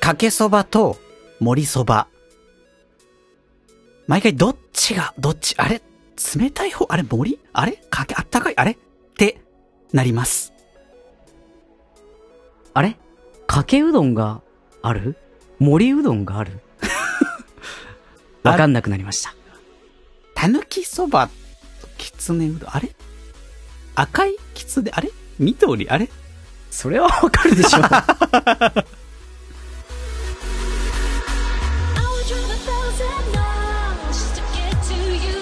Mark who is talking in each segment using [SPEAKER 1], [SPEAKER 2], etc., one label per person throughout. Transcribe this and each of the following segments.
[SPEAKER 1] かけそばと盛りそば。毎回どっちが、どっち、あれ冷たい方あれ森あれかけ、あったかいあれってなります。
[SPEAKER 2] あれかけうどんがある森うどんがあるわかんなくなりました。
[SPEAKER 1] たぬきそばときつねうどん、あれ赤いきつね、あれ緑あれ
[SPEAKER 2] それはわかるでしょ。
[SPEAKER 3] I would drive a thousand miles just to get to you.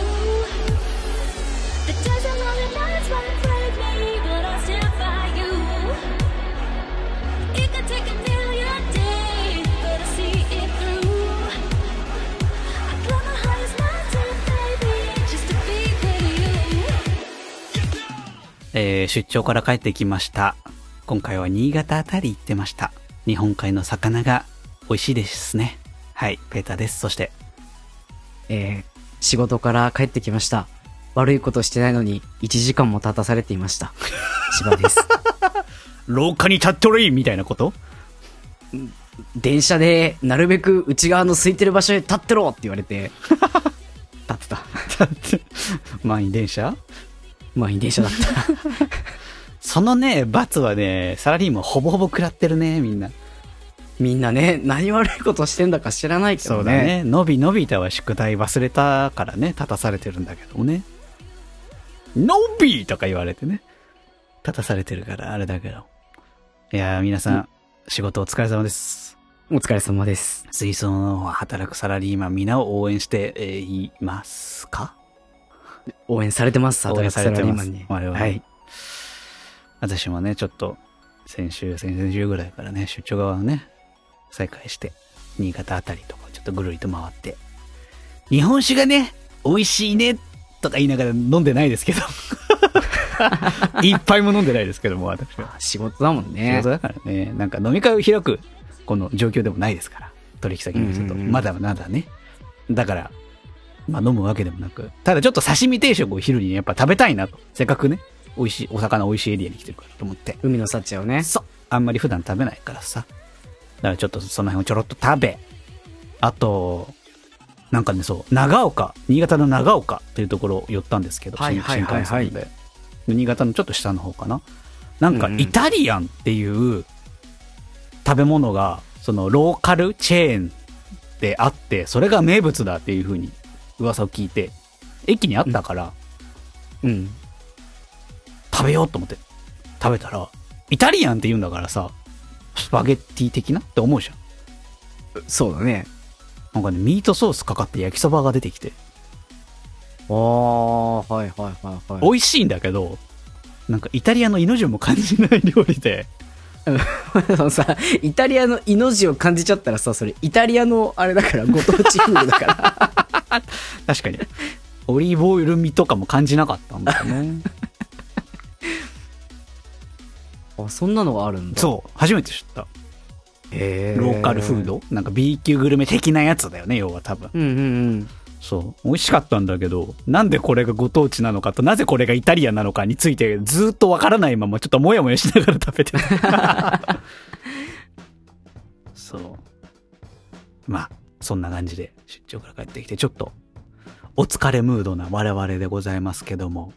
[SPEAKER 3] The days and lonely nights might break me, but I'll still find you. It could take a million days, but I see it through. I climb the highest mountain, baby, just to be with you.
[SPEAKER 1] えー出張から帰ってきました。今回は新潟あたり行ってました。日本海の魚が美味しいですね。はい、ペーターです。そして、
[SPEAKER 2] えー仕事から帰ってきました。悪いことしてないのに1時間も立たされていました。芝 です。
[SPEAKER 1] 廊下に立っとれいみたいなこと
[SPEAKER 2] 電車でなるべく内側の空いてる場所へ立ってろって言われて、立ってた。
[SPEAKER 1] だ って、満員電車
[SPEAKER 2] 満員電車だった。
[SPEAKER 1] そのね、罰はね、サラリーマンほぼほぼ食らってるね、みんな。
[SPEAKER 2] みんなね、何悪いことしてんだか知らないけど
[SPEAKER 1] そ
[SPEAKER 2] ね。
[SPEAKER 1] うだね。のびのびたは宿題忘れたからね、立たされてるんだけどもね。のびとか言われてね。立たされてるから、あれだけど。いやー、皆さん、仕事お疲れ様です。
[SPEAKER 2] お疲れ様です。
[SPEAKER 1] 水槽の働くサラリーマン皆を応援してえーいますか
[SPEAKER 2] 応援されてます、
[SPEAKER 1] 応援
[SPEAKER 2] 働く
[SPEAKER 1] さ
[SPEAKER 2] サ
[SPEAKER 1] れ
[SPEAKER 2] ラ
[SPEAKER 1] て
[SPEAKER 2] リー
[SPEAKER 1] ま
[SPEAKER 2] マ
[SPEAKER 1] す
[SPEAKER 2] ンに。
[SPEAKER 1] 我々
[SPEAKER 2] はい。
[SPEAKER 1] 私もね、ちょっと、先週、先々週ぐらいからね、出張側のね、再開して、新潟あたりとか、ちょっとぐるりと回って、日本酒がね、美味しいね、とか言いながら飲んでないですけど、 いっぱいも飲んでないですけども、私は。
[SPEAKER 2] 仕事だもん
[SPEAKER 1] 仕
[SPEAKER 2] ね
[SPEAKER 1] 事。だからね、なんか飲み会を開く、この状況でもないですから、取引先の人
[SPEAKER 2] う
[SPEAKER 1] と。
[SPEAKER 2] んうんうん
[SPEAKER 1] まだまだね。だから、まあ飲むわけでもなく、ただちょっと刺身定食を昼にやっぱ食べたいなと。せっかくね、美味しい、お魚美味しいエリアに来てるからと思って。
[SPEAKER 2] 海の幸をね。
[SPEAKER 1] そう。あんまり普段食べないからさ。だからちょっとその辺をちょろっと食べ。あと、なんかね、そう、長岡、新潟の長岡というところ寄ったんですけど、
[SPEAKER 2] はいはいはいはい
[SPEAKER 1] 新幹線で。で新潟のちょっと下の方かな。なんか
[SPEAKER 2] うんうん
[SPEAKER 1] イタリアンっていう食べ物が、そのローカルチェーンであって、それが名物だっていう風に噂を聞いて、駅にあったから、
[SPEAKER 2] うん。
[SPEAKER 1] 食べようと思って食べたらイタリアンって言うんだからさスパゲッティ的なって思うじゃん
[SPEAKER 2] そうだね。
[SPEAKER 1] なんかねミートソースかかって焼きそばが出てきて
[SPEAKER 2] ああ、はいはいはいはい。
[SPEAKER 1] 美味しいんだけどなんかイタリアのイの字も感じない料理で
[SPEAKER 2] そのさ、イタリアのイの字を感じちゃったらさ、それイタリアのあれだから、ご当地風だから。
[SPEAKER 1] 確かにオリーブオイル味とかも感じなかったんだよね
[SPEAKER 2] あ、そんなのがあるん だ。
[SPEAKER 1] そう初めて知った
[SPEAKER 2] う。へ
[SPEAKER 1] ローカルフー。ドなんか B 級グルメ的なやつだよね要は多分
[SPEAKER 2] うんうんうん。
[SPEAKER 1] そう美味しかったんだけどなんでこれがご当地なのかとなぜこれがイタリアンなのかについてずーっとわからないままちょっとモヤモヤしながら食べてたそうまあそんな感じで出張から帰ってきてちょっとお疲れムードな我々でございますけども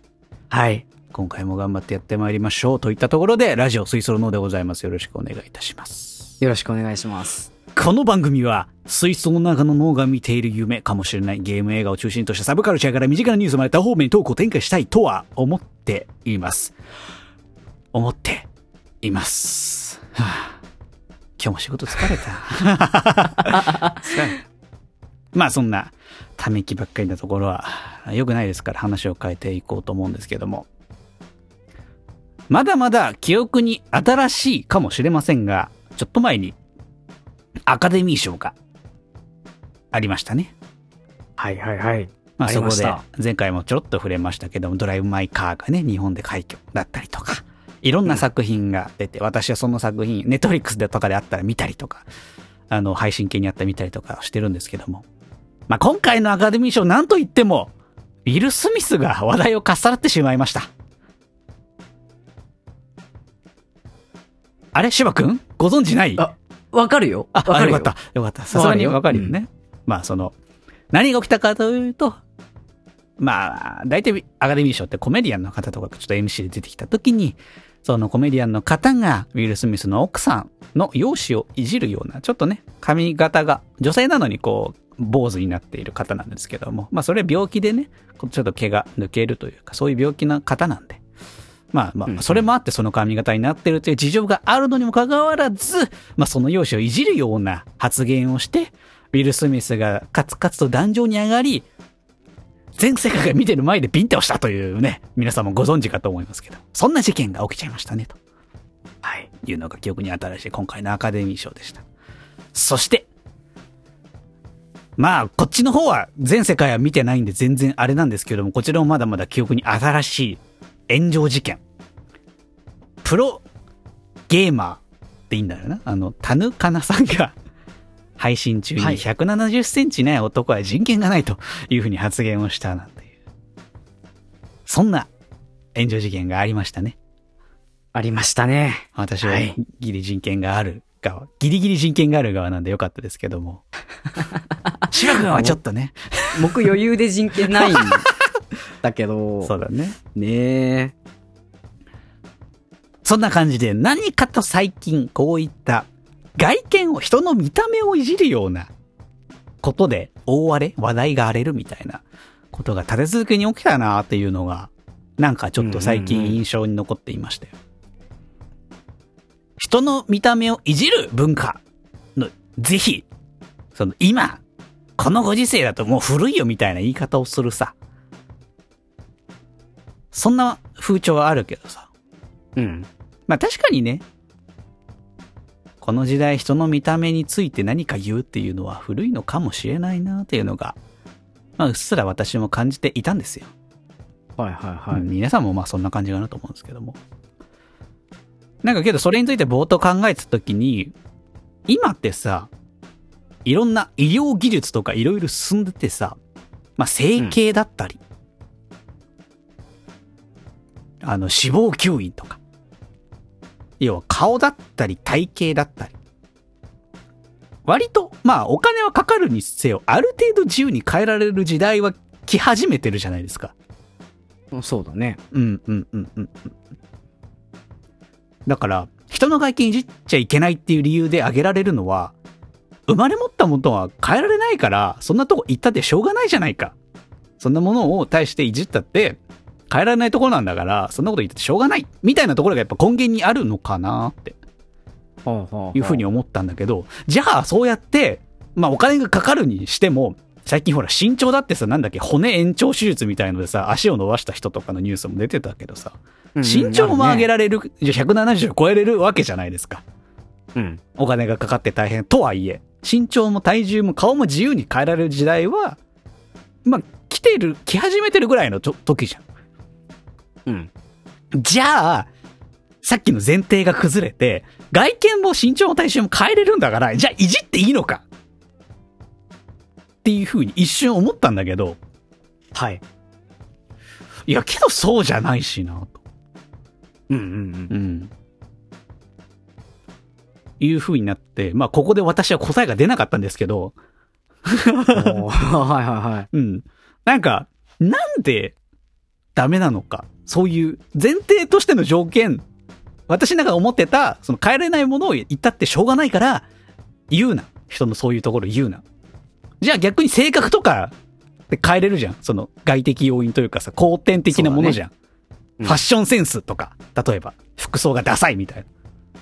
[SPEAKER 2] はい。
[SPEAKER 1] 今回も頑張ってやってまいりましょうといったところでラジオ水槽のでございますよろしくお願いいたします
[SPEAKER 2] よろしくお願いします。
[SPEAKER 1] この番組は、水槽の中の脳が見ている夢かもしれないゲーム映画を中心としたサブカルチャーから身近なニュースまで多方面にトークを展開したいとは思っています。思っています。はあ、今日も仕事疲れた。 疲れたまあそんなため息ばっかりなところは良くないですから話を変えていこうと思うんですけども。まだまだ記憶に新しいかもしれませんが、ちょっと前にアカデミー賞がありましたね。
[SPEAKER 2] はいはいはい。
[SPEAKER 1] まあ、
[SPEAKER 2] あ
[SPEAKER 1] そ
[SPEAKER 2] り
[SPEAKER 1] こ
[SPEAKER 2] まし
[SPEAKER 1] で
[SPEAKER 2] た
[SPEAKER 1] 前回もちょろっと触れましたけども、ドライブ・マイ・カーがね、日本で快挙だったりとか、いろんな作品が出て、私はその作品、ネットフリックスでとかであったら見たりとか、あの、配信系にあったら見たりとかしてるんですけども、まあ、今回のアカデミー賞、なんといっても、ウィル・スミスが話題をかっさらってしまいました。あれ、シュバ君ご存知ない
[SPEAKER 2] あ、わかるよ。
[SPEAKER 1] あ、
[SPEAKER 2] わかる
[SPEAKER 1] よ
[SPEAKER 2] よ。
[SPEAKER 1] かった。よかった。さすがにわ
[SPEAKER 2] わ
[SPEAKER 1] か
[SPEAKER 2] か
[SPEAKER 1] るよ
[SPEAKER 2] るよ
[SPEAKER 1] ね。まあ、その、何が起きたかというと、まあ、大体アカデミー賞ってコメディアンの方とかがちょっと MC で出てきた時に、そのコメディアンの方がウィル・スミスの奥さんの容姿をいじるような、ちょっとね、髪型が、女性なのにこう、坊主になっている方なんですけども、まあそれは病気でね、ちょっと毛が抜けるというか、そういう病気な方なんで。まあま
[SPEAKER 2] うんう
[SPEAKER 1] あ、
[SPEAKER 2] ん
[SPEAKER 1] それもあってその髪型になってるという事情があるのにもかかわらず、まあその容姿をいじるような発言をして、ウィル・スミスがカツカツと壇上に上がり、全世界が見てる前でビンタをしたというね、皆さんもご存知かと思いますけど、そんな事件が起きちゃいましたね、と。はい。いうのが記憶に新しい今回のアカデミー賞でした。そして、まあ、こっちの方は全世界は見てないんで全然あれなんですけども、こちらもまだまだ記憶に新しい炎上事件。プロゲーマーっていいんだよな。あの、タヌカナさんが配信中に
[SPEAKER 2] はい
[SPEAKER 1] 170センチない男は人権がないというふうに発言をしたなんていう。そんな炎上事件がありましたね。
[SPEAKER 2] ありましたね。
[SPEAKER 1] 私ははいギリ人権がある側、ギリギリ人権がある側なんでよかったですけども。 シラ君はちょっとね。
[SPEAKER 2] 僕余裕で人権ないんだけ ど。
[SPEAKER 1] そうだね。
[SPEAKER 2] ねえ。
[SPEAKER 1] そんな感じで何かと最近こういった外見を、人の見た目をいじるようなことで大荒れ、話題が荒れるみたいなことが立て続けに起きたなっていうのが、なんかちょっと最
[SPEAKER 2] うんうんう
[SPEAKER 1] 近
[SPEAKER 2] ん
[SPEAKER 1] 印象に残っていましたよ。人の見た目をいじる文化の、ぜひ、その今、このご時世だともう古いよみたいな言い方をするさ。そんな風潮はあるけどさ。
[SPEAKER 2] うん。
[SPEAKER 1] まあ確かにね、この時代人の見た目について何か言うっていうのは古いのかもしれないなっていうのが、まあうっすら私も感じていたんですよ。
[SPEAKER 2] はいはいはい。
[SPEAKER 1] うん皆さんもまあそんな感じかなと思うんですけども。なんかけどそれについて冒頭考えてた時に、今ってさ、いろんな医療技術とかいろいろ進んでてさ、まあ整形だったり、あの死亡吸引とか、要は顔だったり体型だったり、割と、まあお金はかかるにせよ、ある程度自由に変えられる時代は来始めてるじゃないですか。
[SPEAKER 2] そうだね。
[SPEAKER 1] うんうんうんうんうん。だから、人の外見いじっちゃいけないっていう理由で挙げられるのは、生まれ持ったものは変えられないから、そんなとこ行ったってしょうがないじゃないか。そんなものを対していじったって、変えられないところなんだから、そんなこと言っててしょうがないみたいなところがやっぱ根源にあるのかなって
[SPEAKER 2] ほうほ
[SPEAKER 1] いうふうに思ったんだけど、じゃあそうやって、まあお金がかかるにしても、最近ほら身長だってさ、なんだっけ、骨延長手術みたいのでさ、足を伸ばした人とかのニュースも出てたけどさ、身長も上げられる、じゃあ170超えれるわけじゃないですか。
[SPEAKER 2] れる。
[SPEAKER 1] お金がかかって大変とはいえ、身長も体重も顔も自由に変えられる時代は、まあ、来てる、来始めてるぐらいのと時じゃ
[SPEAKER 2] うん。うん。
[SPEAKER 1] ん。じゃあ、さっきの前提が崩れて、外見も身長も体重も変えれるんだから、じゃあいじっていいのかっていうふうに一瞬思ったんだけど、
[SPEAKER 2] はい。
[SPEAKER 1] いや、けどそうじゃないしな、と。
[SPEAKER 2] うんうん
[SPEAKER 1] うん。いう風になって、まあ、ここで私は答えが出なかったんですけど、
[SPEAKER 2] うん。おーはいはいはい。
[SPEAKER 1] うん。なんか、なんでダメなのか。そういう前提としての条件。私なんか思ってた、その変えれないものを言ったってしょうがないから、言うな。人のそういうところ言うな。じゃあ逆に性格とかって変えれるじゃん。その外的要因というかさ、後天的なものじゃん。
[SPEAKER 2] うん
[SPEAKER 1] ファッションセンスとか、例えば、服装がダサいみたい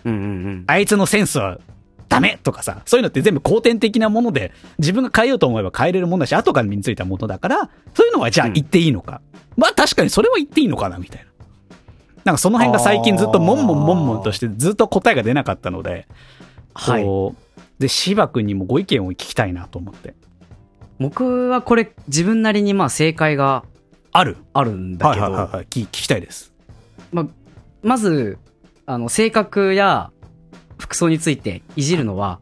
[SPEAKER 1] な。
[SPEAKER 2] うんうんうん。
[SPEAKER 1] あいつのセンスはダメとかさ、そういうのって全部後天的なもので、自分が変えようと思えば変えれるもんだし、後から身についたものだから、そういうのはじゃあ
[SPEAKER 2] うん
[SPEAKER 1] 言っていいのか。まあ確かにそれは言っていいのかな、みたいな。なんかその辺が最近ずっともんもんもんもんとしてずっと答えが出なかったので、
[SPEAKER 2] はい。
[SPEAKER 1] こうで、芝君にもご意見を聞きたいなと思って。
[SPEAKER 2] 僕はこれ自分なりにまあ正解が
[SPEAKER 1] ある
[SPEAKER 2] あるんだ
[SPEAKER 1] はい
[SPEAKER 2] け
[SPEAKER 1] はいはい
[SPEAKER 2] ど、
[SPEAKER 1] はい。聞聞きたいです。
[SPEAKER 2] まあ、まず、あの、性格や服装についていじるのは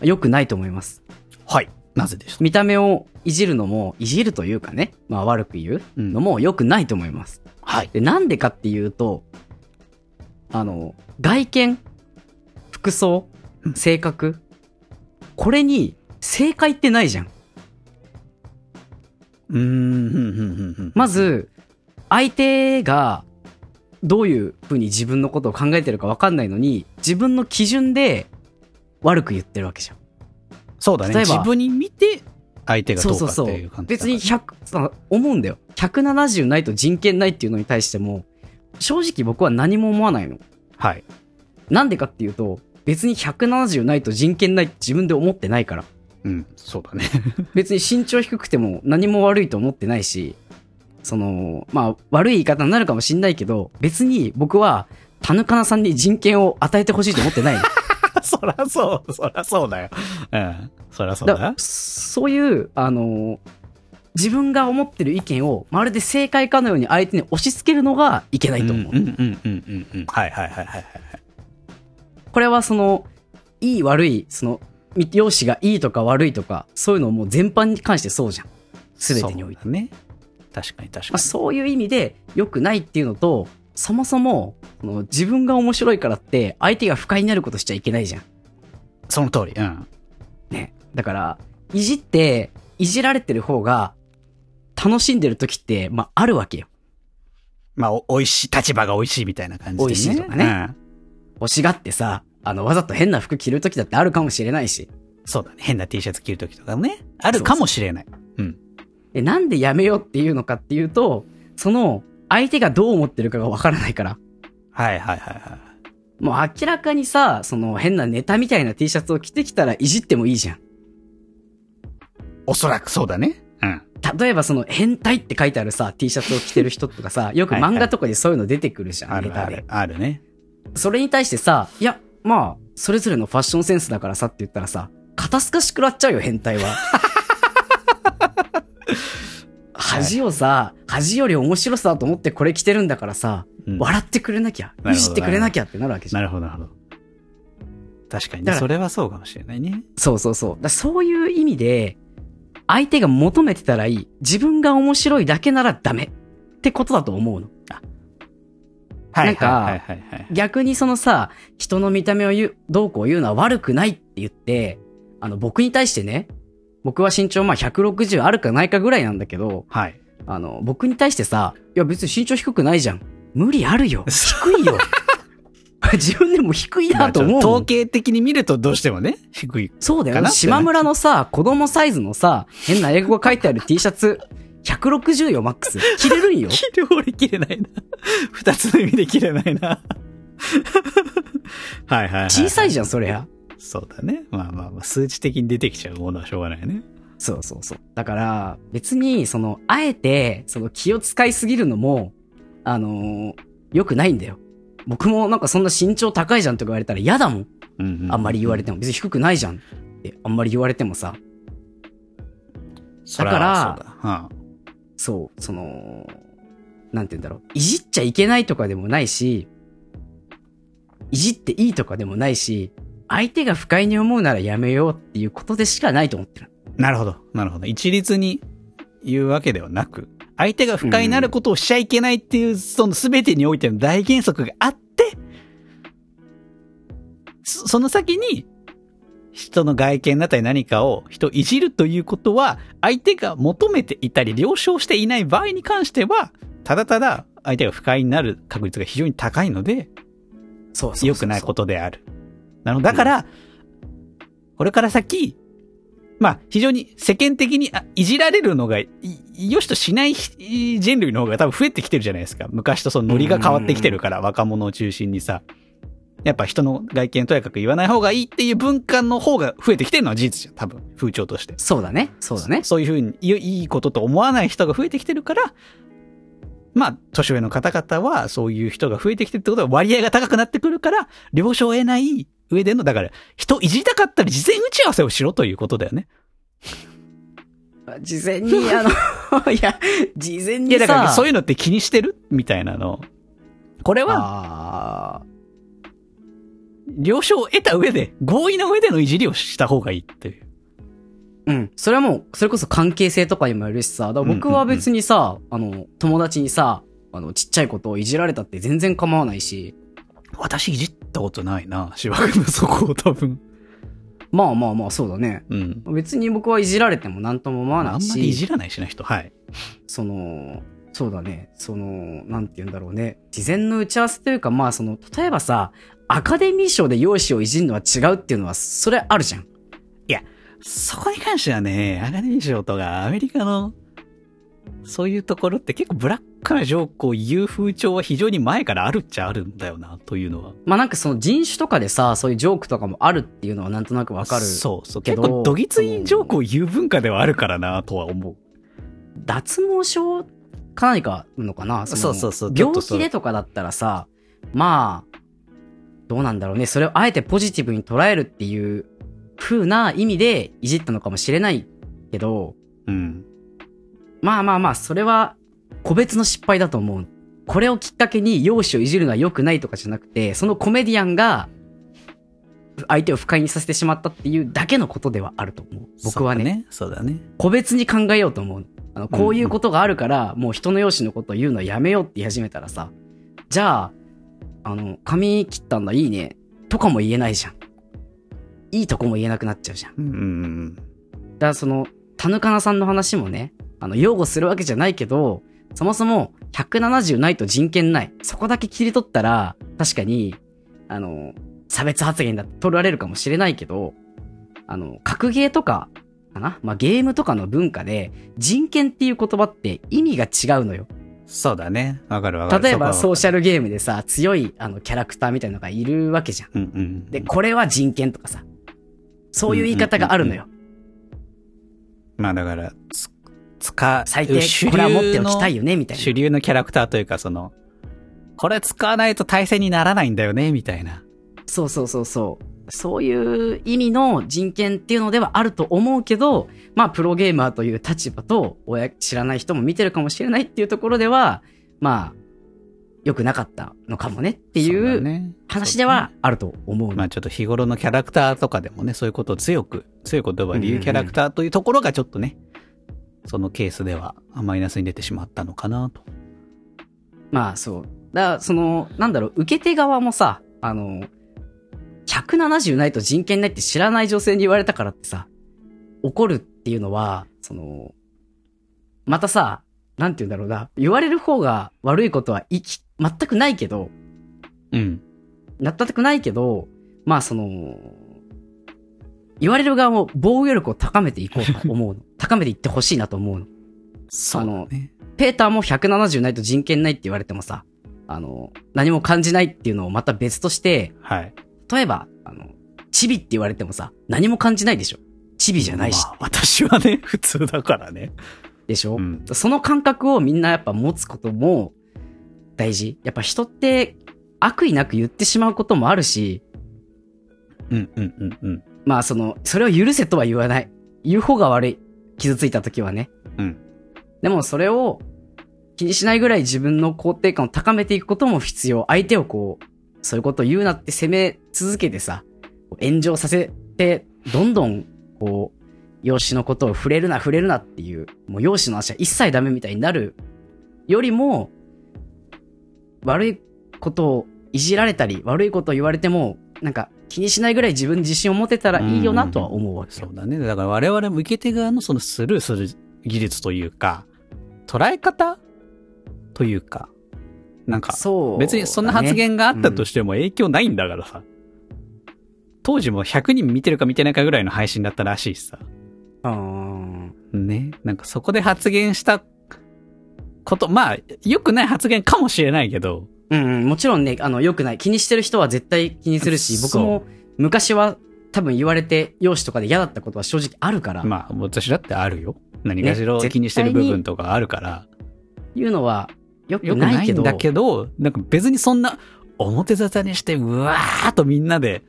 [SPEAKER 2] 良くないと思います。
[SPEAKER 1] はい。なぜでしょ
[SPEAKER 2] 見た目をいじるのも、いじるというかね、まあ悪く言う
[SPEAKER 1] うん
[SPEAKER 2] のも良くないと思います。
[SPEAKER 1] うはい。
[SPEAKER 2] で、なんでかっていうと、あの、外見、服装、性格これに正解ってないじゃん。
[SPEAKER 1] うーんふんふんふんふん
[SPEAKER 2] まず、相手がどういうふうに自分のことを考えてるかわかんないのに、自分の基準で悪く言ってるわけじゃん。
[SPEAKER 1] そうだね
[SPEAKER 2] 例えば
[SPEAKER 1] 自分に見て相手が
[SPEAKER 2] そ
[SPEAKER 1] ど
[SPEAKER 2] う
[SPEAKER 1] う
[SPEAKER 2] そ
[SPEAKER 1] かって
[SPEAKER 2] うそ
[SPEAKER 1] いう
[SPEAKER 2] う
[SPEAKER 1] 感。じだ
[SPEAKER 2] 別に100、さ思うんだよ。170ないと人権ないっていうのに対しても、正直僕は何も思わないの。
[SPEAKER 1] はい
[SPEAKER 2] なんでかっていうと、別に170ないと人権ないって自分で思ってないから。
[SPEAKER 1] うんそうだね
[SPEAKER 2] 別に身長低くても何も悪いと思ってないし、その、まあ、悪い言い方になるかもしんないけど、別に僕は、田ヌカナさんに人権を与えてほしいと思ってないの。
[SPEAKER 1] そらそうそらそうだようんそらそう
[SPEAKER 2] だ
[SPEAKER 1] だ
[SPEAKER 2] からそういう、あの、自分が思ってる意見を、まるで正解かのように相手に押し付けるのがいけないと思う。
[SPEAKER 1] んうんうんうんうんうんはいはいはいはいはい
[SPEAKER 2] これはその、いい悪い、その、容姿がいいとか悪いとか、そういうのも全般に関してそうじゃん。すべてにおいて。
[SPEAKER 1] そうだね確かに確か
[SPEAKER 2] まあ、
[SPEAKER 1] に
[SPEAKER 2] そういう意味で良くないっていうのと、そもそも、その自分が面白いからって、相手が不快になることしちゃいけないじゃん。
[SPEAKER 1] その通りうん
[SPEAKER 2] ね。だから、いじって、いじられてる方が、楽しんでる時って、まあ、あるわけよ。
[SPEAKER 1] まあ、お美味しい、立場が美味しいみたいな感じで、ね。
[SPEAKER 2] 美味しいとかね
[SPEAKER 1] うん
[SPEAKER 2] 欲しがってさ、あの、わざと変な服着る時だってあるかもしれないし。
[SPEAKER 1] そうだね。変な T シャツ着るときとかね。あるかもしれない。
[SPEAKER 2] で、なんでやめようっていうのかっていうと、その、相手がどう思ってるかがわからないから。
[SPEAKER 1] はいはいはいはい。
[SPEAKER 2] もう明らかにさ、その変なネタみたいな T シャツを着てきたらいじってもいいじゃん。
[SPEAKER 1] おそらくそうだね。うん。
[SPEAKER 2] 例えばその変態って書いてあるさ、T シャツを着てる人とかさ、よ く
[SPEAKER 1] はいはい
[SPEAKER 2] 漫画とかでそういうの出てくるじゃん、
[SPEAKER 1] あるあ
[SPEAKER 2] ネタ
[SPEAKER 1] る
[SPEAKER 2] で。。
[SPEAKER 1] あるね。
[SPEAKER 2] それに対してさ、いや、まあ、それぞれのファッションセンスだからさって言ったらさ、肩透かし食らっちゃうよ、変態 は。恥をさ、恥より面白さだと思ってこれ着てるんだから
[SPEAKER 1] う
[SPEAKER 2] さ、
[SPEAKER 1] ん
[SPEAKER 2] 笑ってくれなきゃ
[SPEAKER 1] ほ、ど
[SPEAKER 2] いじってくれなきゃってなるわけじゃ
[SPEAKER 1] な。
[SPEAKER 2] ん
[SPEAKER 1] るほどなるほど。確かに
[SPEAKER 2] だ
[SPEAKER 1] ね。
[SPEAKER 2] から
[SPEAKER 1] それはそうかもしれないね。
[SPEAKER 2] そうそうそう。だからそういう意味で、相手が求めてたらいい。自分が面白いだけならダメ。ってことだと思うの。
[SPEAKER 1] はい
[SPEAKER 2] なんか
[SPEAKER 1] はいはいはいはい。
[SPEAKER 2] 逆にそのさ、人の見た目を言う、どうこう言うのは悪くないって言って、あの、僕に対してね、僕は身長まあ160あるかないかぐらいなんだけど、
[SPEAKER 1] はい。
[SPEAKER 2] あの、僕に対してさ、いや別に身長低くないじゃん。無理あ るよ。低いよ。 自分でも低い
[SPEAKER 1] まあ
[SPEAKER 2] な
[SPEAKER 1] ち
[SPEAKER 2] と
[SPEAKER 1] ょっ
[SPEAKER 2] 思う
[SPEAKER 1] と
[SPEAKER 2] もん
[SPEAKER 1] 統。計的に見るとどうしてもね、低い。
[SPEAKER 2] そうだ
[SPEAKER 1] か
[SPEAKER 2] よ。
[SPEAKER 1] な
[SPEAKER 2] 島村のさ、子供サイズのさ、変な英語が書いてある T シャツ、160よ、マックス。着れるんよ。
[SPEAKER 1] 切れ、俺切れ ないな。二つの意味で切れない な。はいはいはいはい。
[SPEAKER 2] 小さいじゃん、そりゃ。
[SPEAKER 1] そうだね。まあまあまあ、数値的に出てきちゃうものはしょうがないね。
[SPEAKER 2] そうそうそう。だから、別に、その、あえて、その気を使いすぎるのも、あのー良くないんだよ。僕もなんかそんな身長高いじゃんとか言われたら嫌だもん。
[SPEAKER 1] うん、うん。
[SPEAKER 2] あんまり言われても。別に低くないじゃんって、あんまり言われてもさ。
[SPEAKER 1] そら
[SPEAKER 2] だから
[SPEAKER 1] そうだうん
[SPEAKER 2] そう、その、なんて言うんだろう。いじっちゃいけないとかでもないし、いじっていいとかでもないし、相手が不快に思うならやめようっていうことでしかないと思ってる。
[SPEAKER 1] なるほど。なるほど。一律に言うわけではなく、相手が不快になることをしちゃいけないっていう、その全てにおいての大原則があって、そその先に、人の外見だったり何かを人をいじるということは、相手が求めていたり了承していない場合に関しては、ただただ相手が不快になる確率が非常に高いので、
[SPEAKER 2] そうそうそう
[SPEAKER 1] 良くないことである。なのだから、これから先、まあ、非常に世間的にあいじられるのがい良しとしないひ人類の方が多分増えてきてるじゃないですか。昔とそのノリが変わってきてるから、若者を中心にさ。やっぱ人の外見とやかく言わない方がいいっていう文化の方が増えてきてるのは事実じゃん。多分、風潮として。
[SPEAKER 2] そうだね。そうだね。
[SPEAKER 1] そういうふうにいいいことと思わない人が増えてきてるから、まあ、年上の方々はそういう人が増えてきてるってことは割合が高くなってくるから、了承を得ない上での、だから、人いじりたかったら事前打ち合わせをしろということだよね。
[SPEAKER 2] 事前 に、あの、いや、事前
[SPEAKER 1] いや、
[SPEAKER 2] に
[SPEAKER 1] だから
[SPEAKER 2] さ、
[SPEAKER 1] そういううのって気にしてるみたいなの。これは、
[SPEAKER 2] は、
[SPEAKER 1] 了承を得た上で、合意の上でのいじりをした方がいいっていう。
[SPEAKER 2] うん。それはもう、それこそ関係性とかにもよるしさ、だから僕は別にさ、あの、友達にさ、あの、ちっちゃいことをいじられたって全然構わないし、
[SPEAKER 1] 私いじったことないな、しばくのそこを多分。
[SPEAKER 2] まあまあまあ、そうだね。
[SPEAKER 1] うん。
[SPEAKER 2] 別に僕はいじられても何とも思わ
[SPEAKER 1] あ
[SPEAKER 2] な
[SPEAKER 1] ん
[SPEAKER 2] い
[SPEAKER 1] まりい
[SPEAKER 2] し、
[SPEAKER 1] じらないしな、人。はい。
[SPEAKER 2] その、そうだね、その、なんて言うんだろうね。事前の打ち合わせというか、まあその、例えばさ、アカデミー賞で容姿をいじるのは違うっていうのは、それあるじゃん。
[SPEAKER 1] そこに関してはね、アカデミー賞とかアメリカの、そういうところって結構ブラックなジョークを言う風潮は非常に前からあるっちゃあるんだよな、というのは。
[SPEAKER 2] まあなんかその人種とかでさ、そういうジョークとかもあるっていうのはなんとなくわかる。
[SPEAKER 1] そうそう。
[SPEAKER 2] け
[SPEAKER 1] 結
[SPEAKER 2] ど
[SPEAKER 1] 構どぎついジョークを言う文化ではあるからな、とは思う。
[SPEAKER 2] 脱毛症か何かなのかなの
[SPEAKER 1] そうそうそうちょっ
[SPEAKER 2] 病
[SPEAKER 1] とそう
[SPEAKER 2] 気でとかだったらさ、まあ、どうなんだろうね。それをあえてポジティブに捉えるっていう風な意味でいじったのかもしれないけど、
[SPEAKER 1] うん。
[SPEAKER 2] まあまあまあ、それは個別の失敗だと思う。これをきっかけに容姿をいじるのは良くないとかじゃなくて、そのコメディアンが相手を不快にさせてしまったっていうだけのことではあると思う。僕はね。
[SPEAKER 1] そうだね。そうだね。
[SPEAKER 2] 個別に考えようと思う。あのこういうことがあるから、もう人の容姿のことを言うのやめようって言い始めたらさ、じゃあ、あの、髪切ったんだ、いいね、とかも言えないじゃん。いいとこも言えなくなっちゃうじゃん。だ
[SPEAKER 1] う
[SPEAKER 2] か
[SPEAKER 1] んうんうん。
[SPEAKER 2] らその、田ヌカナさんの話もね、あの、擁護するわけじゃないけど、そもそも170ないと人権ない。そこだけ切り取ったら、確かに、あの、差別発言だって取られるかもしれないけど、あの、格ゲーとか、かなまあ、ゲームとかの文化で、人権っていう言葉って意味が違うのよ。
[SPEAKER 1] そうだね。わかるわかる。
[SPEAKER 2] 例えば、
[SPEAKER 1] そ
[SPEAKER 2] ソ
[SPEAKER 1] こ
[SPEAKER 2] ー
[SPEAKER 1] は
[SPEAKER 2] シャルゲームでさ、強い、あの、キャラクターみたいなのがいるわけじゃん。
[SPEAKER 1] うんうん。
[SPEAKER 2] で、これは人権とかさ、そういう言い方があるのよ。
[SPEAKER 1] まあだから、つ、使う、
[SPEAKER 2] 最低
[SPEAKER 1] 主流、の
[SPEAKER 2] これは持っておきたいよね、みたいな。
[SPEAKER 1] 主流のキャラクターというか、その、これ使わないと対戦にならないんだよね、みたいな。
[SPEAKER 2] そうそうそうそう。そういう意味の人権っていうのではあると思うけど、まあ、プロゲーマーという立場と、親、知らない人も見てるかもしれないっていうところでは、まあ、良くなかったのかもねってい
[SPEAKER 1] そうだ
[SPEAKER 2] う
[SPEAKER 1] ね
[SPEAKER 2] 話ではあると思うの。
[SPEAKER 1] まあちょっと日頃のキャラクターとかでもね、そういうことを強く、強い言葉で言うキャラクターというところがちょっとね、そのケースではマイナスに出てしまったのかなと。
[SPEAKER 2] まあ、そう。だから、その、なんだろう、受け手側もさ、あの、170ないと人権ないって知らない女性に言われたからってさ、怒るっていうのは、その、またさ、なんて言うんだろうな、言われる方が悪いことは、いき、全くないけど、
[SPEAKER 1] うん。
[SPEAKER 2] なったくないけど、まあその、言われる側も防御力を高めていこうと思うの。高めていってほしいなと思うの。
[SPEAKER 1] そうだね。
[SPEAKER 2] ペーターも170ないと人権ないって言われてもさ、あの、何も感じないっていうのをまた別として、
[SPEAKER 1] はい。
[SPEAKER 2] 例えば、あの、チビって言われてもさ、何も感じないでしょ。チビじゃないし
[SPEAKER 1] ま、あ私はね、 普通だからね。
[SPEAKER 2] でしょ、
[SPEAKER 1] うん。
[SPEAKER 2] その感覚をみんなやっぱ持つことも大事。やっぱ人って悪意なく言ってしまうこともあるし、
[SPEAKER 1] うんうんうんうん。
[SPEAKER 2] まあその、それを許せとは言わない。言う方が悪い。傷ついた時はね。
[SPEAKER 1] うん。
[SPEAKER 2] でもそれを気にしないぐらい自分の肯定感を高めていくことも必要。相手をこう、そういうことを言うなって責め続けてさ、炎上させて、どんどん、こう、容姿のことを触れるな、触れるなっていう、もう容姿の話は一切ダメみたいになるよりも、悪いことをいじられたり、悪いことを言われても、なんか気にしないぐらい自分に自信を持てたらいいよなとは思うわけ
[SPEAKER 1] そ
[SPEAKER 2] よ
[SPEAKER 1] う。だね。だから我々も受け手側のそのスルーする技術というか、捉え方というか、なんか、
[SPEAKER 2] そう、
[SPEAKER 1] 別にそんな発。言があったとしても影響ないんだからさ。当時も100人見てるか見てないかぐらいの配信だったらしいしさ。
[SPEAKER 2] うん。
[SPEAKER 1] ね。なんかそこで発言したこと、まあ、良くない発言かもしれないけど、
[SPEAKER 2] うんうん、もちろんね、あの、良くない。気にしてる人は絶対気にするし、
[SPEAKER 1] そう
[SPEAKER 2] 僕も昔は多分言われて、容姿とかで嫌だったことは正直あるから、
[SPEAKER 1] まあ、私だってあるよ。何かしら
[SPEAKER 2] ね
[SPEAKER 1] 気にしてる
[SPEAKER 2] 絶
[SPEAKER 1] 部
[SPEAKER 2] 対に
[SPEAKER 1] 分とかあるから、
[SPEAKER 2] いうのは良
[SPEAKER 1] 良く
[SPEAKER 2] くな
[SPEAKER 1] ないい
[SPEAKER 2] け
[SPEAKER 1] ん
[SPEAKER 2] ど、
[SPEAKER 1] だけど、なんか別にそんな表沙汰にして、うわーっとみんなで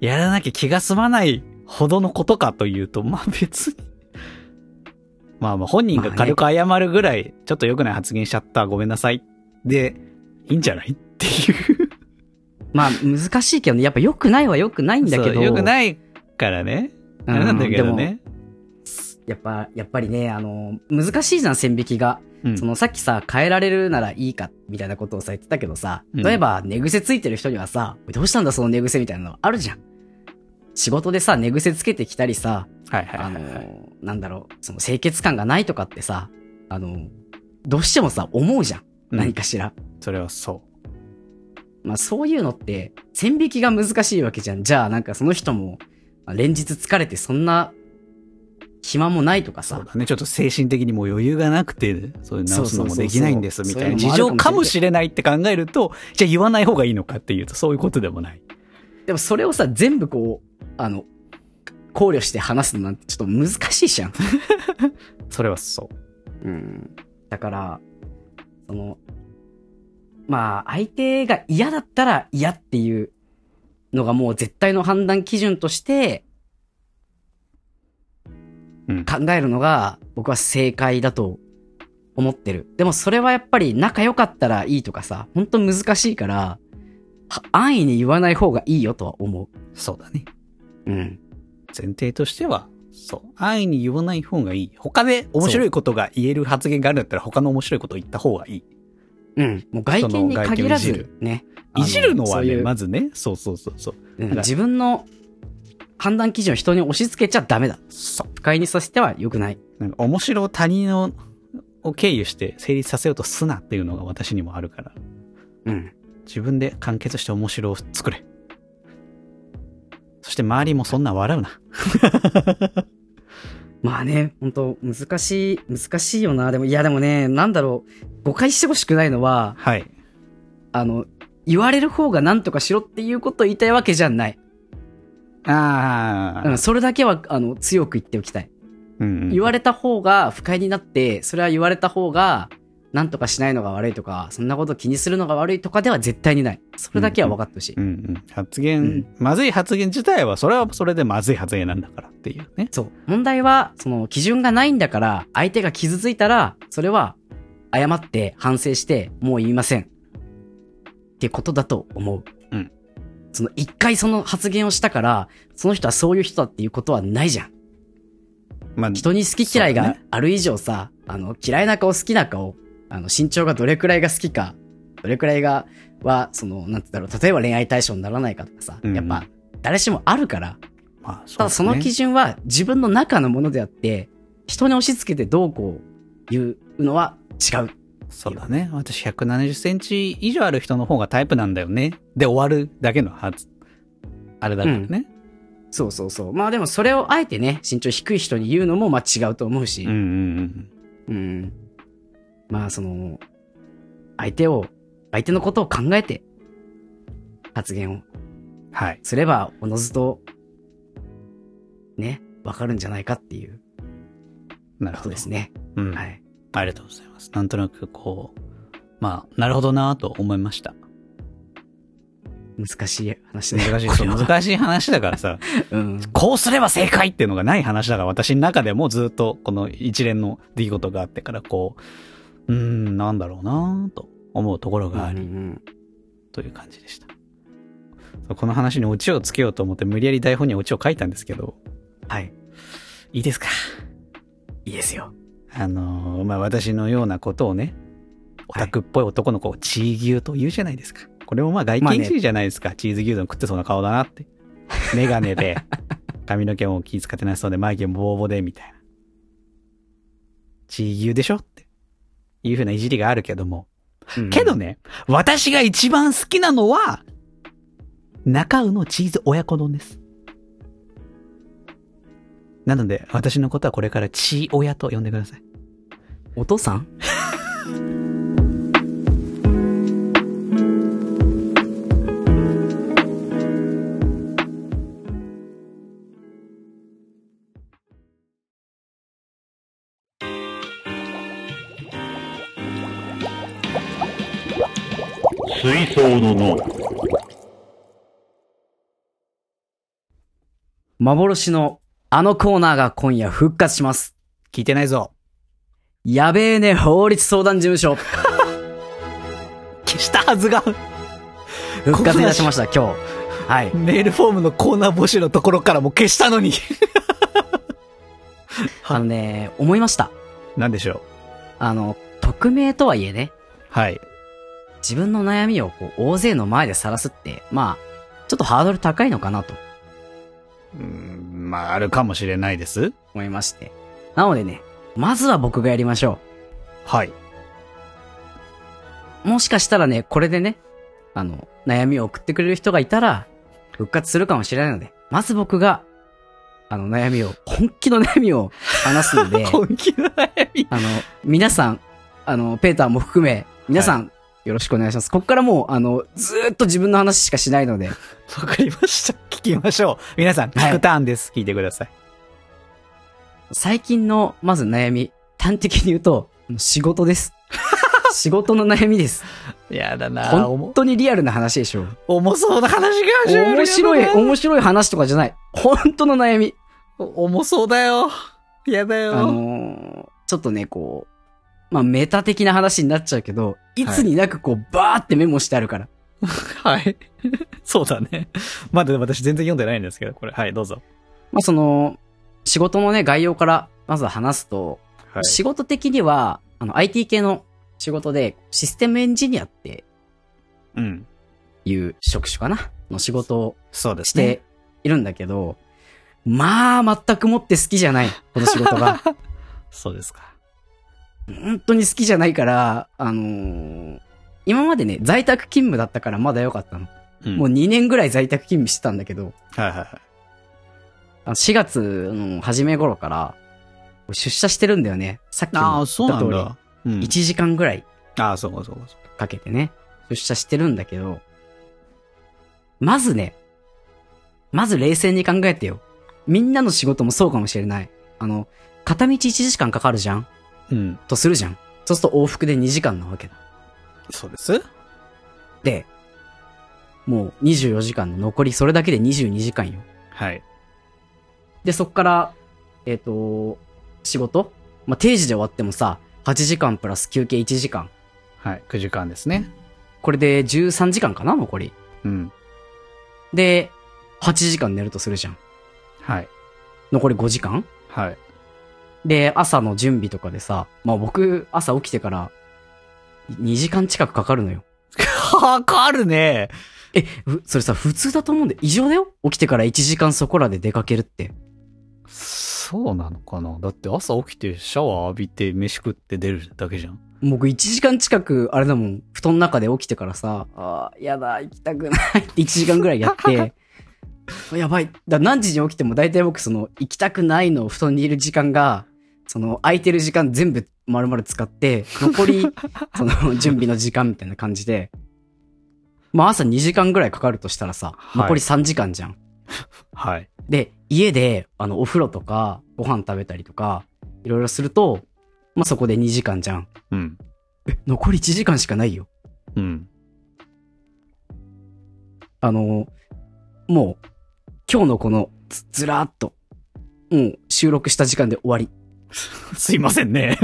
[SPEAKER 1] やらなきゃ気が済まないほどのことかというと、まあ別に。まあまあ本人が軽く謝るぐらい、ちょっと良くない発言しちゃった、ごめんなさい。で、いいんじゃないっていう。
[SPEAKER 2] まあ難しいけどね、やっぱ良くないは良くないんだけど、
[SPEAKER 1] そう良くないからね。
[SPEAKER 2] う
[SPEAKER 1] あれなんだけどね。
[SPEAKER 2] でもやっぱ、やっぱりね、あの、難しいじゃん、線引きが。
[SPEAKER 1] うん
[SPEAKER 2] そのさっきさ、変えられるならいいか、みたいなことをさ、言ってたけどさ、
[SPEAKER 1] うん
[SPEAKER 2] 例えば、寝癖ついてる人にはさ、どうしたんだその寝癖みたいなのあるじゃん。仕事でさ、寝癖つけてきたりさ、
[SPEAKER 1] はいはい
[SPEAKER 2] あ
[SPEAKER 1] は
[SPEAKER 2] の
[SPEAKER 1] いはい。、
[SPEAKER 2] なんだろう、その清潔感がないとかってさ、あの、どうしてもさ、思うじゃん。
[SPEAKER 1] うん
[SPEAKER 2] 何かしら。
[SPEAKER 1] それはそ
[SPEAKER 2] まあそういうのって、線引きが難しいわけじゃん。じゃあなんかその人も、まあ連日疲れてそんな、暇もないとか
[SPEAKER 1] う。そう
[SPEAKER 2] さ。
[SPEAKER 1] だね。ちょっと精神的にもう余裕がなくて、そういう直すのもできないんですみたいな
[SPEAKER 2] そうそうそう
[SPEAKER 1] 事
[SPEAKER 2] そう
[SPEAKER 1] 情かもしれないって考えると、じゃあ言わない方がいいのかっていうと、そういうことでもない。
[SPEAKER 2] でもそれをさ、全部こう、あの、考慮して話すのなんてちょっと難しいじゃん。
[SPEAKER 1] それはそう。
[SPEAKER 2] うん。だから、その、まあ相手が嫌だったら嫌っていうのがもう絶対の判断基準として、
[SPEAKER 1] うん
[SPEAKER 2] 考えるのが僕は正解だと思ってる。でもそれはやっぱり仲良かったらいいとかさ、ほんと難しいから、は安易に言わない方がいいよとは思
[SPEAKER 1] そうだね。
[SPEAKER 2] う。うん。
[SPEAKER 1] 前提としては、そう。安易に言わない方がいい。他で面白いことが言える発言があるんだったら、他の面白いことを言った方がいい。
[SPEAKER 2] うん。もう外見に限
[SPEAKER 1] 人の外見を
[SPEAKER 2] ら
[SPEAKER 1] いじ
[SPEAKER 2] ずね。あ
[SPEAKER 1] いじるの
[SPEAKER 2] そ
[SPEAKER 1] は
[SPEAKER 2] う
[SPEAKER 1] ね、
[SPEAKER 2] いう
[SPEAKER 1] まずね、そうそうそうそう。
[SPEAKER 2] うん
[SPEAKER 1] なんか
[SPEAKER 2] 自分の判断基準を人に押し付けちゃダメだ。
[SPEAKER 1] そう。
[SPEAKER 2] 不快にさせては良くない。
[SPEAKER 1] なんか、面白を他人のを経由して成立させようとすなっていうのが私にもあるから、
[SPEAKER 2] うん。
[SPEAKER 1] 自分で完結して面白を作れ。そして周りもそんな笑うな。
[SPEAKER 2] まあね、本当難しい、難しいよな。でも、いやでもね、なんだろう、誤解してほしくないのは、
[SPEAKER 1] はい。
[SPEAKER 2] あの、言われる方が何とかしろっていうことを言いたいわけじゃない。
[SPEAKER 1] あ
[SPEAKER 2] うん、それだけは、あの、強く言っておきたい。
[SPEAKER 1] うんうん
[SPEAKER 2] 言われた方が不快になって、それは言われた方が、何とかしないのが悪いとか、そんなこと気にするのが悪いとかでは絶対にない。それだけは分かってほしい。
[SPEAKER 1] うんうん。発言、まずい発言自体は、それはそれでまずい発言なんだからっていうね。
[SPEAKER 2] そう。問題は、その、基準がないんだから、相手が傷ついたら、それは、謝って、反省して、もう言いません。ってことだと思う。
[SPEAKER 1] うん。
[SPEAKER 2] その、一回その発言をしたから、その人はそういう人だっていうことはないじゃん。
[SPEAKER 1] まあ、
[SPEAKER 2] 人に好き嫌い
[SPEAKER 1] そう
[SPEAKER 2] が
[SPEAKER 1] だ
[SPEAKER 2] ある以上さ、あの、嫌いな顔好きな顔、あの、身長がどれくらいが好きか、どれくらいが、は、その、なんて言うんだろう、例えば恋愛対象にならないかとかさ、
[SPEAKER 1] うん
[SPEAKER 2] やっぱ、誰しもあるから、
[SPEAKER 1] まあそう
[SPEAKER 2] ただその基
[SPEAKER 1] 準。
[SPEAKER 2] 準は自分の中のものであって、人に押し付けてどうこう言うのは違う。
[SPEAKER 1] そうだね。私170センチ以上ある人の方がタイプなんだよね。で終わるだけのはず。あれだからね。
[SPEAKER 2] そうそうそう。まあでもそれをあえてね、身長低い人に言うのもまあ違うと思うし、
[SPEAKER 1] うんうんうん。
[SPEAKER 2] うんまあその、相手を、相手のことを考えて発言を
[SPEAKER 1] はい。
[SPEAKER 2] すれば、おのずと、ね、わかるんじゃないかっていう
[SPEAKER 1] なる
[SPEAKER 2] こ
[SPEAKER 1] ほ
[SPEAKER 2] と
[SPEAKER 1] ど
[SPEAKER 2] です。ね。
[SPEAKER 1] うん。
[SPEAKER 2] はい。
[SPEAKER 1] ありがとうございます。なんとなくこう、まあ、なるほどなぁと思いました。
[SPEAKER 2] 難しい話だね
[SPEAKER 1] 難しい、そう
[SPEAKER 2] これは
[SPEAKER 1] 難しい話だからさ、
[SPEAKER 2] うん。
[SPEAKER 1] こうすれば正解っていうのがない話だから、私の中でもずっとこの一連の出来事があってから、こう、うーん、なんだろうなぁと思うところがあり、
[SPEAKER 2] うんうん
[SPEAKER 1] という感じでした。そうこの話にオチをつけようと思って、無理やり台本にオチを書いたんですけど、
[SPEAKER 2] はい。
[SPEAKER 1] いいですか
[SPEAKER 2] いいですよ。
[SPEAKER 1] あのーまあ、私のようなことをね、オ
[SPEAKER 2] はい
[SPEAKER 1] タクっぽい男の子をチー牛と言うじゃないですか。これもまあ外
[SPEAKER 2] まあね
[SPEAKER 1] 見主義じゃないですか。チーズ牛丼食ってそうな顔だな って。メガネで、髪の毛も気使ってなさそうで、眉毛もボーボーで、みたいな。チー牛でしょって。いうふうないじりがあるけども。けどね、私が一番好きなのは、中尾のチーズ親子丼です。なので、私のことはこれからチー親と呼んでください。
[SPEAKER 2] お父さん
[SPEAKER 4] 水槽の脳
[SPEAKER 2] 幻のあのコーナーが今夜復活します。
[SPEAKER 1] 聞いてないぞ。
[SPEAKER 2] やべえね法律相談事務所。
[SPEAKER 1] 消したはずが、
[SPEAKER 2] 復活いたしました、今日。はい。
[SPEAKER 1] メールフォームのコーナー募集のところからも消したのに。
[SPEAKER 2] あのね、思いました。
[SPEAKER 1] なんでしょ
[SPEAKER 2] あの、匿名とはいえね、
[SPEAKER 1] う。はい。
[SPEAKER 2] 自分の悩みをこう大勢の前で晒すって、まあ、ちょっとハードル高いのかなと。
[SPEAKER 1] うん、まあ、あるかもしれないです。
[SPEAKER 2] 思いまして。なのでね、まずは僕がやりましょ
[SPEAKER 1] はい。
[SPEAKER 2] う。もしかしたらね、これでね、あの、悩みを送ってくれる人がいたら、復活するかもしれないので、まず僕が、あの、悩みを、本気の悩みを話すの で、
[SPEAKER 1] 気の悩み。
[SPEAKER 2] あの、皆さん、あの、ペーターも含め、皆さん、よろしくお願いします。ここからもう、あの、ずーっと自分の話しかしないので、
[SPEAKER 1] わかりました。聞きましょう。皆さん、
[SPEAKER 2] はい
[SPEAKER 1] 聞くターンです。聞いてください。
[SPEAKER 2] 最近の、まず悩み、端的に言うと、仕事 です。仕事の悩みです。
[SPEAKER 1] やだなぁ
[SPEAKER 2] 本
[SPEAKER 1] 重
[SPEAKER 2] 当にリアルな話でしょ。
[SPEAKER 1] 重そうな話が
[SPEAKER 2] 面白い、面白い話とかじゃない。本当の悩み。
[SPEAKER 1] 重そうだよ。やだ
[SPEAKER 2] あ。のーちょっとね、こう、まあ、メタ的な話になっちゃうけど、いつになくこう、バーってメモしてあるから。
[SPEAKER 1] はい。 そうだね。まだ私全然読んでないんですけど、これ。はい、どうぞ。
[SPEAKER 2] まあ、その、仕事のね、概要から、まずは話すと、
[SPEAKER 1] はい。
[SPEAKER 2] 仕事的には、あの、IT 系の仕事で、システムエンジニアって
[SPEAKER 1] うん。
[SPEAKER 2] いう職種かなの仕事を
[SPEAKER 1] そうで
[SPEAKER 2] し
[SPEAKER 1] すね。
[SPEAKER 2] ているんだけど、まあ、全くもって好きじゃない、この仕 事が。
[SPEAKER 1] そうですか。
[SPEAKER 2] 本当に好きじゃないから、あのー今までね、在宅勤務だったからまだ良かったの。
[SPEAKER 1] うん
[SPEAKER 2] もう2年ぐらい在宅勤務してたんだけど、
[SPEAKER 1] はいはいはい。
[SPEAKER 2] あの4月の初め頃から、出社してるんだよね。さっき
[SPEAKER 1] あ
[SPEAKER 2] も
[SPEAKER 1] あ、そう
[SPEAKER 2] 言
[SPEAKER 1] な
[SPEAKER 2] った
[SPEAKER 1] ん
[SPEAKER 2] 通
[SPEAKER 1] だ。うん
[SPEAKER 2] り、1時間ぐらい
[SPEAKER 1] ああ、そうかそうかそうか。
[SPEAKER 2] かけてね、出社してるんだけど、まずね、まず冷静に考えてよ。みんなの仕事もそうかもしれない。あの、片道1時間かかるじゃん
[SPEAKER 1] うん。
[SPEAKER 2] とするじゃん。そうすると往復で2時間なわけだ。
[SPEAKER 1] そうです。
[SPEAKER 2] で、もう24時間の残り、それだけで22時間よ。
[SPEAKER 1] はい。
[SPEAKER 2] で、そっから、えっ、と、仕事まあ、定時で終わってもさ、8時間プラス休憩1時間。
[SPEAKER 1] はい。9時間ですね。
[SPEAKER 2] これで13時間かな残り。
[SPEAKER 1] うん。
[SPEAKER 2] で、8時間寝るとするじゃん。
[SPEAKER 1] はい。
[SPEAKER 2] 残り5時間
[SPEAKER 1] はい。
[SPEAKER 2] で、朝の準備とかでさ、まあ、僕、朝起きてから、2時間近くかかるのよ。
[SPEAKER 1] かかるね。
[SPEAKER 2] え、ふそれさ、普通だと思うんで、異常だよ起きてから1時間そこらで出かけるって。
[SPEAKER 1] そうなのかなだって朝起きてシャワー浴びて飯食って出るだけじゃん。
[SPEAKER 2] 僕1時間近く、あれだもん、布団の中で起きてからさ、ああ、やだ、行きたくないって1時間ぐらいやって、 やばい。だ何時に起きても大体僕その、行きたくないの布団にいる時間が、その、空いてる時間全部丸々使って、残 り、その、準備の時間みたいな感じで、まあ朝2時間ぐらいかかるとしたらさ、
[SPEAKER 1] はい
[SPEAKER 2] 残り3時間じゃん。
[SPEAKER 1] はい。
[SPEAKER 2] で、家で、あの、お風呂とか、ご飯食べたりとか、いろいろすると、まあそこで2時間じゃん。
[SPEAKER 1] うん。
[SPEAKER 2] 残り1時間しかないよ。
[SPEAKER 1] うん。
[SPEAKER 2] あの、もう、今日のこのず、ずらーっと、もう収録した時間で終わり。
[SPEAKER 1] すいませんね。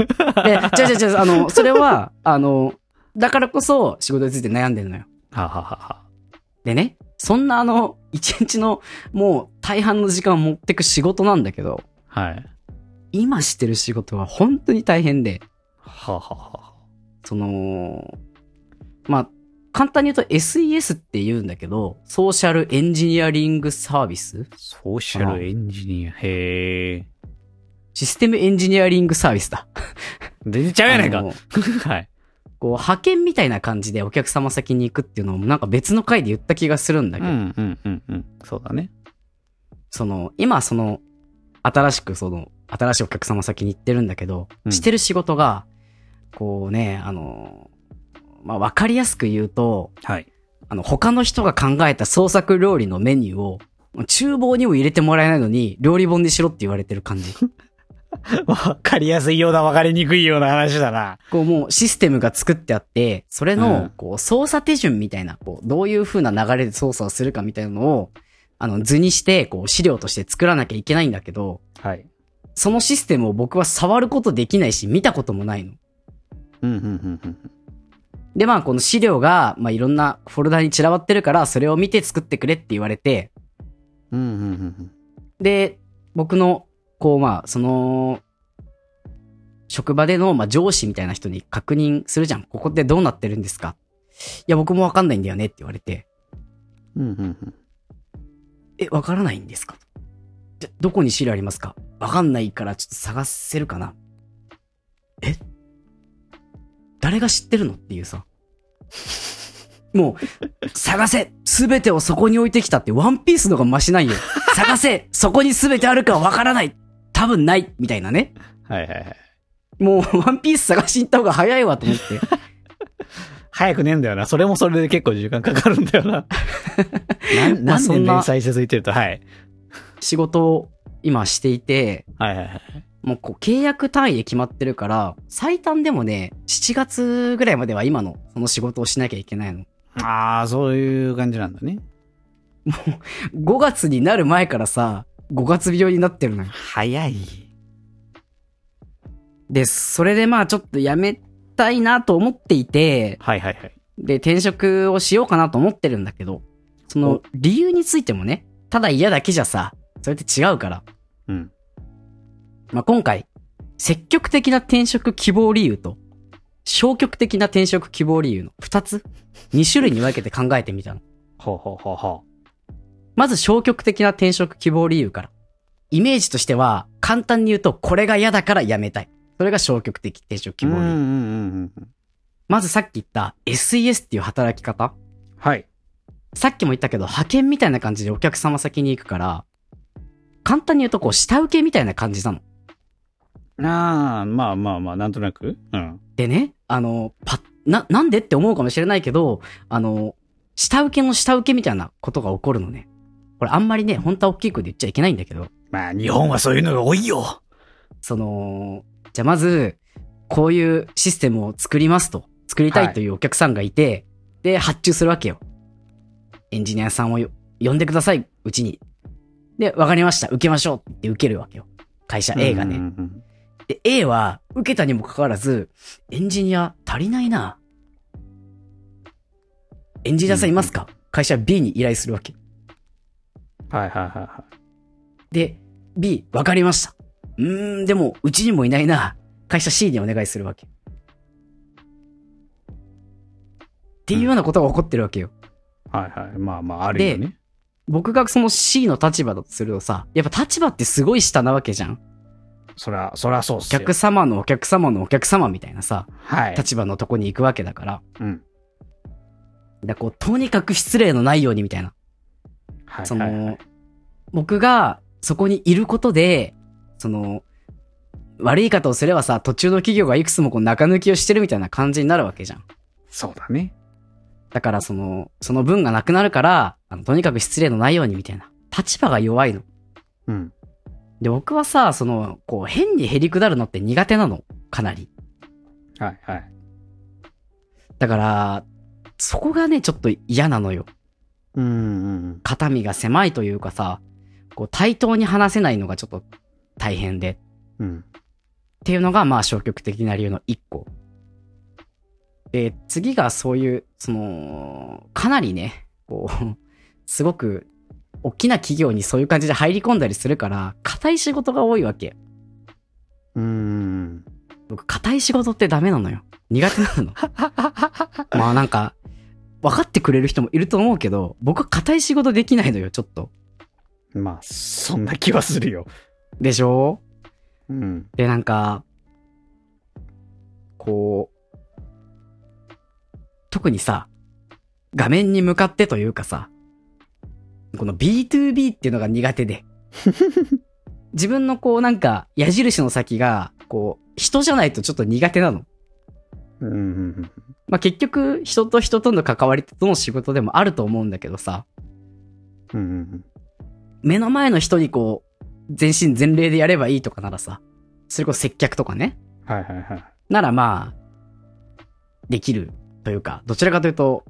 [SPEAKER 2] え、違う違う 違う、あの、それは、あの、だからこそ仕事について悩んでるのよ。
[SPEAKER 1] はははは。
[SPEAKER 2] でね、そんなあの、一日のもう大半の時間を持ってく仕事なんだけど、
[SPEAKER 1] はい。
[SPEAKER 2] 今してる仕事は本当に大変で、
[SPEAKER 1] ははは。
[SPEAKER 2] その、まあ、簡単に言うと SES って言うんだけど、ソーシャルエンジニアリングサービス
[SPEAKER 1] ソーシャルエンジニア。へえ。
[SPEAKER 2] システムエンジニアリングサービスだ。
[SPEAKER 1] 全然ちゃうやないか
[SPEAKER 2] あ。の
[SPEAKER 1] はい。
[SPEAKER 2] こう、派遣みたいな感じでお客様先に行くっていうのもなんか別の回で言った気がするんだ
[SPEAKER 1] う
[SPEAKER 2] けど、
[SPEAKER 1] んうんうんうん。そうだね。
[SPEAKER 2] その、今その、新しくその、新しいお客様先に行ってるんだけど、
[SPEAKER 1] うん
[SPEAKER 2] してる仕事が、こうね、あの、まあ、わかりやすく言うと、
[SPEAKER 1] はい。
[SPEAKER 2] あの、他の人が考えた創作料理のメニューを、厨房にも入れてもらえないのに、料理本にしろって言われてる感じ。
[SPEAKER 1] わかりやすいような、わかりにくいような話だな。
[SPEAKER 2] こうもうシステムが作ってあって、それ
[SPEAKER 1] うん
[SPEAKER 2] のこう操作手順みたいな、こうどういう風な流れで操作をするかみたいなのを、あの図にして、こう資料として作らなきゃいけないんだけど、
[SPEAKER 1] はい。
[SPEAKER 2] そのシステムを僕は触ることできないし、見たこともないの。
[SPEAKER 1] うんうんうんうん。
[SPEAKER 2] で、まあこの資料が、まあいろんなフォルダに散らばってるから、それを見て作ってくれって言われて、
[SPEAKER 1] うんうんうん
[SPEAKER 2] で、僕の、こうまあ、その、職場での、まあ、上司みたいな人に確認するじゃん。ここってどうなってるんですかいや、僕もわかんないんだよねって言われて、
[SPEAKER 1] うん。うんうんうん。
[SPEAKER 2] え、わからないんですかじゃ、どこに資料ありますかわかんないからちょっと探せるかなえ誰が知ってるのっていうさ。 もう、探せすべてをそこに置いてきたってワンピースの方がマシないよ。探せそこにすべてあるかわからない多分ないみたいなね。
[SPEAKER 1] はいはいはい。
[SPEAKER 2] もう、ワンピース探しに行った方が早いわと思って。
[SPEAKER 1] 早くねえんだよな。それもそれで結構時間かかるんだよな。
[SPEAKER 2] なんまあ
[SPEAKER 1] 何
[SPEAKER 2] そ
[SPEAKER 1] 年
[SPEAKER 2] ん
[SPEAKER 1] 連
[SPEAKER 2] な
[SPEAKER 1] 載続いてると。はい。
[SPEAKER 2] 仕事を今していて、
[SPEAKER 1] はいはいはい。
[SPEAKER 2] もうこう契約単位で決まってるから、最短でもね、7月ぐらいまでは今のその仕事をしなきゃいけないの。
[SPEAKER 1] ああ、そういう感じなんだね。
[SPEAKER 2] 5月になる前からさ、5月病になってるのよ。
[SPEAKER 1] 早い。
[SPEAKER 2] で、それでまあちょっと辞めたいなと思っていて、
[SPEAKER 1] はいはいはい。
[SPEAKER 2] で、転職をしようかなと思ってるんだけど、その理由についてもね、ただ嫌だけじゃさ、それって違うから。
[SPEAKER 1] うん。
[SPEAKER 2] まあ、今回、積極的な転職希望理由と、消極的な転職希望理由の二つ、二種類に分けて考えてみたの。
[SPEAKER 1] ほうほうほうほ
[SPEAKER 2] まず消極的な転職希望理由から。イメージとしては、簡単に言うと、これが嫌だから辞めたい。それが消極的転職
[SPEAKER 1] う。
[SPEAKER 2] 希望理由。
[SPEAKER 1] うんうんうんうん。
[SPEAKER 2] まずさっき言った SES っていう働き方。
[SPEAKER 1] はい。
[SPEAKER 2] さっきも言ったけど、派遣みたいな感じでお客様先に行くから、簡単に言うと、こう、下請けみたいな感じなの。
[SPEAKER 1] ああ、まあまあまあ、なんとなく。うん。
[SPEAKER 2] でね、あの、パッ、な、なんでって思うかもしれないけど、あの、下請けの下請けみたいなことが起こるのね。これあんまりね、本当は大きい声で言っちゃいけないんだけど、
[SPEAKER 1] まあ、日本はそういうのが多いよ。
[SPEAKER 2] その、じゃあまず、こういうシステムを作りますと、作りた
[SPEAKER 1] はいい
[SPEAKER 2] というお客さんがいて、で、発注するわけよ。エンジニアさんをよ呼んでください、うちに。で、わかりました、受けましょうって受けるわけよ。会社 A がね。
[SPEAKER 1] うんうん
[SPEAKER 2] で、A は受けたにもかかわらず、エンジニア足りないな。エンジニアさんいますか、会社 B に依頼するわけ。
[SPEAKER 1] うん。はいはいはいは
[SPEAKER 2] で、B、わかりました。うーん、でも、うちにもいないな。会社 C にお願いするわけ。っていうようなことが起こってるわけよ。
[SPEAKER 1] い。はいはい。まあまあ、あるよね。
[SPEAKER 2] 僕がその C の立場だとするとさ、やっぱ立場ってすごい下なわけじゃん。
[SPEAKER 1] そら、そらそうっ
[SPEAKER 2] お
[SPEAKER 1] すよ。
[SPEAKER 2] 客様のお客様のお客様みたいなさ、
[SPEAKER 1] はい。
[SPEAKER 2] 立場のとこに行くわけだから。
[SPEAKER 1] うん。
[SPEAKER 2] だからこう、とにかく失礼のないようにみたいな。
[SPEAKER 1] はい
[SPEAKER 2] そ
[SPEAKER 1] はいはい。
[SPEAKER 2] の、僕がそこにいることで、その、悪い言い方をすればさ、途中の企業がいくつもこう中抜きをしてるみたいな感じになるわけじゃん。
[SPEAKER 1] そうだね。
[SPEAKER 2] だからその、その分がなくなるから、あのとにかく失礼のないようにみたいな。立場が弱いの。
[SPEAKER 1] うん。
[SPEAKER 2] で、僕はさ、その、こう、変にへりくだるのって苦手なの。かなり。
[SPEAKER 1] はいはい。
[SPEAKER 2] だから、そこがね、ちょっと嫌なのよ。
[SPEAKER 1] うんうんうん。
[SPEAKER 2] 肩身が狭いというかさ、こう、対等に話せないのがちょっと大変で。
[SPEAKER 1] うん。
[SPEAKER 2] っていうのが、まあ、消極的な理由の一個。で、次がそういう、その、かなりね、こう、 すごく、大きな企業にそういう感じで入り込んだりするから、硬い仕事が多いわけ。
[SPEAKER 1] うんうん
[SPEAKER 2] 僕、硬い仕事ってダメなのよ。苦手なの。まあ、なんか、分かってくれる人もいると思うけど、僕は硬い仕事できないのよ、ちょっと。
[SPEAKER 1] うん。まあ、そんな気はするよ。
[SPEAKER 2] でしょ
[SPEAKER 1] うん。
[SPEAKER 2] で、なんか、こう、特にさ、画面に向かってというかさ、この B2B っていうのが苦手で。自分のこうなんか矢印の先が、こう、人じゃないとちょっと苦手なの。
[SPEAKER 1] うんうんうん。
[SPEAKER 2] まあ、結局、人と人との関わりってどの仕事でもあると思うんだけどさ、
[SPEAKER 1] うんうんうん。
[SPEAKER 2] 目の前の人にこう、全身全霊でやればいいとかならさ、それこそ接客とかね。
[SPEAKER 1] はいはいはい。
[SPEAKER 2] ならまあ、できるというか、どちらかというと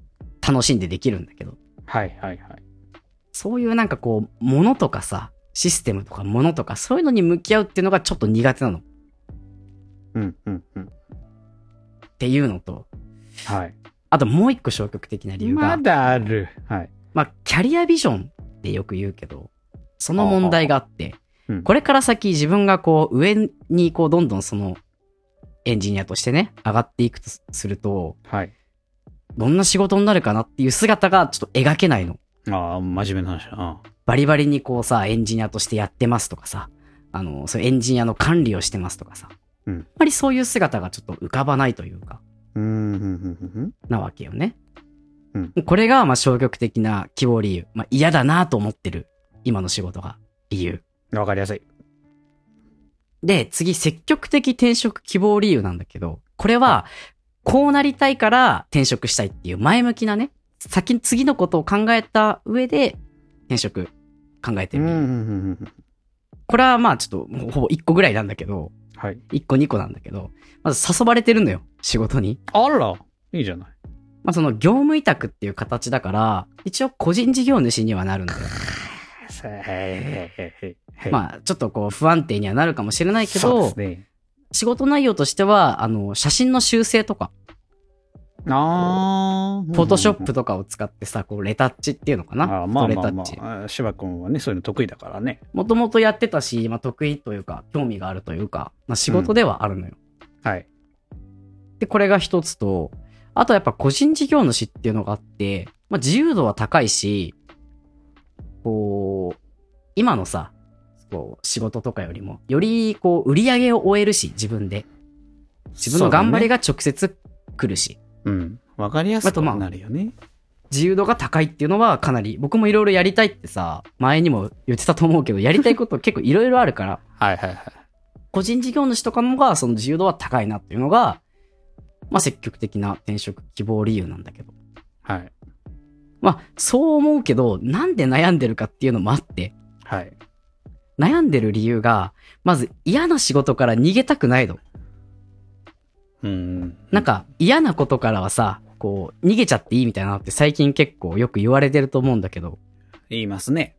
[SPEAKER 2] 楽しんでできるんだけど、
[SPEAKER 1] はいはいはい。
[SPEAKER 2] そういうなんかこう、ものとかさ、システムとかものとか、そういうのに向き合うっていうのがちょっと苦手なのっ
[SPEAKER 1] うんうんうん。
[SPEAKER 2] ていうのと、
[SPEAKER 1] はい。
[SPEAKER 2] あともう一個消極的な理由が、
[SPEAKER 1] まだある。はい。
[SPEAKER 2] まあ、キャリアビジョンってよく言うけど、その問題があって、
[SPEAKER 1] うん
[SPEAKER 2] これから先自分がこう、上にこう、どんどんその、エンジニアとしてね、上がっていくとすると、
[SPEAKER 1] はい。
[SPEAKER 2] どんな仕事になるかなっていう姿がちょっと描けないの。
[SPEAKER 1] ああ、真面目な話だ。あ
[SPEAKER 2] バリバリにこうさ、エンジニアとしてやってますとかさ、あの、そうエンジニアの管理をしてますとかさ、
[SPEAKER 1] うん
[SPEAKER 2] あまりそういう姿がちょっと浮かばないというか、
[SPEAKER 1] うん、うん、うん、
[SPEAKER 2] なわけよね。
[SPEAKER 1] うん
[SPEAKER 2] これが、まあ、消極的な希望理由。まあ、嫌だなと思ってる、今の仕事が、理由。
[SPEAKER 1] うん。わかりやすい。
[SPEAKER 2] で、次、積極的転職希望理由なんだけど、これは、こうなりたいから転職したいっていう前向きなね、先、次のことを考えた上で、転職考えて
[SPEAKER 1] うん、
[SPEAKER 2] み
[SPEAKER 1] う
[SPEAKER 2] る。
[SPEAKER 1] ん、うんうん。
[SPEAKER 2] これはまあちょっと、ほぼ1個ぐらいなんだけど、
[SPEAKER 1] はい。
[SPEAKER 2] 1個2個なんだけど、まず誘われてるのよ、仕事に。
[SPEAKER 1] あら、いいじゃない。
[SPEAKER 2] まあその業務委託っていう形だから、一応個人事業主にはなるんだよ。
[SPEAKER 1] あ、
[SPEAKER 2] まあちょっとこう不安定にはなるかもしれないけ
[SPEAKER 1] そうで
[SPEAKER 2] ど
[SPEAKER 1] す、ね。
[SPEAKER 2] 仕事内容としては、あの、写真の修正とか、
[SPEAKER 1] あー。
[SPEAKER 2] フォトショップとかを使ってさ、こう、レタッチっていうのかな
[SPEAKER 1] あーまあ
[SPEAKER 2] レ
[SPEAKER 1] ま
[SPEAKER 2] タ
[SPEAKER 1] あ
[SPEAKER 2] ッ
[SPEAKER 1] ま
[SPEAKER 2] チ。
[SPEAKER 1] あ、芝君はね、そういうの得意だからね。
[SPEAKER 2] もともとやってたし、まあ、得意というか、興味があるというか、まあ、仕事ではあるのよ。
[SPEAKER 1] はい。
[SPEAKER 2] で、これが一つと、あとやっぱ個人事業主っていうのがあって、まあ、自由度は高いし、こう、今のさ、こう、仕事とかよりも、よりこう、売り上げを終えるし、自分で。自分の頑張りが直接来るし、
[SPEAKER 1] そうだね。うん。わかりやすくなるよね。
[SPEAKER 2] 自由度が高いっていうのはかなり、僕もいろいろやりたいってさ、前にも言ってたと思うけど、やりたいこと結構いろいろあるから、
[SPEAKER 1] はいはいはい。
[SPEAKER 2] 個人事業主とかの方がその自由度は高いなっていうのが、まあ積極的な転職希望理由なんだけど。
[SPEAKER 1] はい。
[SPEAKER 2] まあそう思うけど、なんで悩んでるかっていうのもあって、
[SPEAKER 1] はい。
[SPEAKER 2] 悩んでる理由が、まず嫌な仕事から逃げたくないの。
[SPEAKER 1] うん。
[SPEAKER 2] なんか嫌なことからはさ、こう逃げちゃっていいみたいなのって最近結構よく言われてると思うんだけど、
[SPEAKER 1] 言いますね。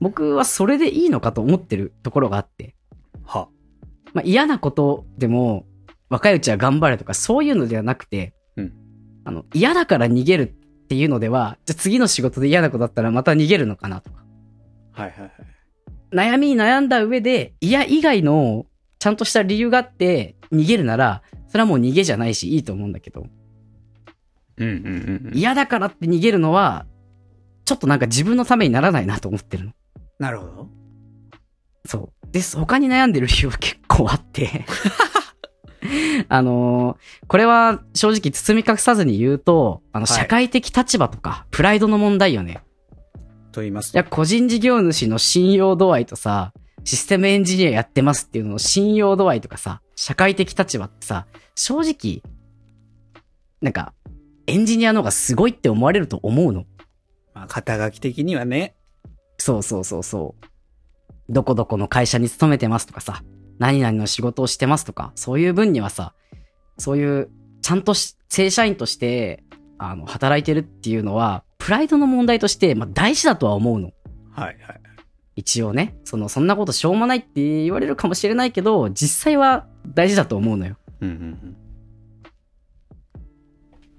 [SPEAKER 2] 僕はそれでいいのかと思ってるところがあって。
[SPEAKER 1] は。
[SPEAKER 2] まあ、嫌なことでも、若いうちは頑張れとか、そういうのではなくて、
[SPEAKER 1] うん
[SPEAKER 2] あの、嫌だから逃げるっていうのでは、じゃあ次の仕事で嫌なことだったらまた逃げるのかなとか。
[SPEAKER 1] はいはいはい。
[SPEAKER 2] 悩みに悩んだ上で、嫌以外の、ちゃんとした理由があって、逃げるなら、それはもう逃げじゃないし、いいと思うんだけど、
[SPEAKER 1] うんうんうん。
[SPEAKER 2] 嫌だからって逃げるのは、ちょっとなんか自分のためにならないなと思ってるの。
[SPEAKER 1] なるほど。
[SPEAKER 2] そう。です。他に悩んでる理由は結構あって。 あのーこれは正直包み隠さずに言うと、あの、
[SPEAKER 1] はい
[SPEAKER 2] 社会的立場とか、プライドの問題よね。
[SPEAKER 1] と言います
[SPEAKER 2] いや、個人事業主の信用度合いとさ、システムエンジニアやってますっていうのの信用度合いとかさ、社会的立場ってさ、正直、なんか、エンジニアの方がすごいって思われると思うの。
[SPEAKER 1] まあ、肩書き的にはね。
[SPEAKER 2] そうそうそうそう。どこどこの会社に勤めてますとかさ、何々の仕事をしてますとか、そういう分にはさ、そういう、ちゃんとし正社員として、あの、働いてるっていうのは、プライドの問題として、まあ、大事だとは思うの。
[SPEAKER 1] はいはい。
[SPEAKER 2] 一応ね、その、そんなことしょうもないって言われるかもしれないけど、実際は大事だと思うのよ。
[SPEAKER 1] うんうんうん。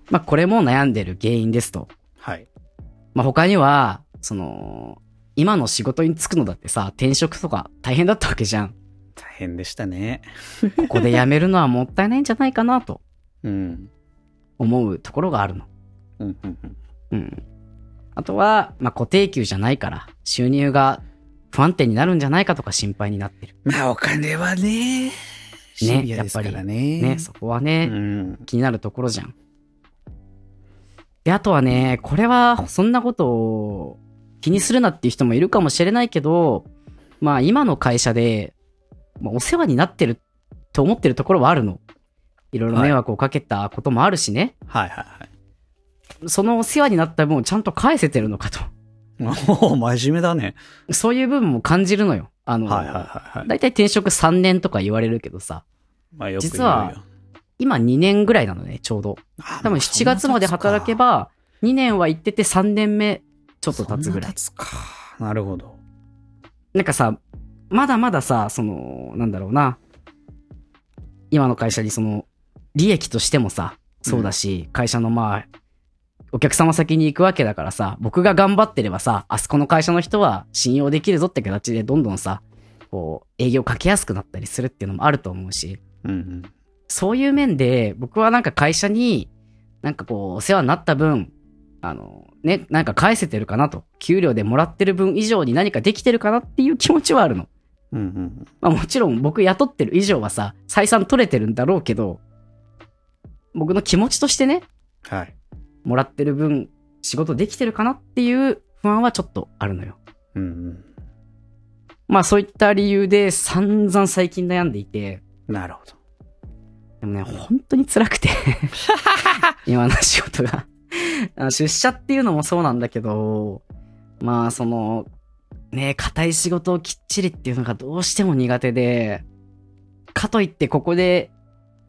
[SPEAKER 2] まあ、これも悩んでる原因ですと。
[SPEAKER 1] はい。
[SPEAKER 2] まあ、他には、その、今の仕事に就くのだってさ、転職とか大変だったわけじゃん。
[SPEAKER 1] 大変でしたね。
[SPEAKER 2] ここでやめるのはもったいないんじゃないかなと
[SPEAKER 1] うん。
[SPEAKER 2] 思うところがあるの。
[SPEAKER 1] うんうんうん。
[SPEAKER 2] うん。あとは、まあ、固定給じゃないから、収入が不安定になるんじゃないかとか心配になってる。
[SPEAKER 1] まあ、お金はね、シビアですからね。
[SPEAKER 2] ね、そこは
[SPEAKER 1] う
[SPEAKER 2] ね、
[SPEAKER 1] ん。
[SPEAKER 2] 気になるところじゃん。で、あとはね、これは、そんなことを気にするなっていう人もいるかもしれないけど、まあ、今の会社で、まあ、お世話になってると思ってるところはあるの。いろいろ迷惑をかけたこともあるしね。
[SPEAKER 1] はいはい
[SPEAKER 2] そのお世話になった分をちゃんと返せてるのか
[SPEAKER 1] はい。おお、真面目だね。
[SPEAKER 2] と。そういう部分も感じるのよ。あの、
[SPEAKER 1] はいはいはいはい。
[SPEAKER 2] だいたい転職3年とか言われるけどさ、
[SPEAKER 1] まあ、よく
[SPEAKER 2] 実は今2年ぐらいなのね、ちょうど。多分7月まで働け、ば、2年は行ってて3年目ちょっと経つぐらい。
[SPEAKER 1] 経つか。なるほど。
[SPEAKER 2] なんかさ、まだまださ、その、なんだろうな。今の会社にその、利益としてもさ、そうだし、会社のまあ、お客様先に行くわけだからさ、僕が頑張ってればさ、あそこの会社の人は信用できるぞって形でどんどんさ、こう、営業かけやすくなったりするっていうのもあると思うし、
[SPEAKER 1] うんうん。
[SPEAKER 2] そういう面で、僕はなんか会社に、なんかこう、お世話になった分、あの、ね、なんか返せてるかなと。給料でもらってる分以上に何かできてるかなっていう気持ちはあるの。
[SPEAKER 1] うんうん。
[SPEAKER 2] まあもちろん僕雇ってる以上はさ、採算取れてるんだろうけど、僕の気持ちとしてね、
[SPEAKER 1] はい。
[SPEAKER 2] もらってる分仕事できてるかなっていう不安はちょっとあるのよ。
[SPEAKER 1] うんうん。
[SPEAKER 2] まあそういった理由で散々最近悩んでいて、
[SPEAKER 1] なるほど。
[SPEAKER 2] でもね、本当に辛くて、今の仕事が。あの出社っていうのもそうなんだけど、まあその、ね、硬い仕事をきっちりっていうのがどうしても苦手で、かといってここで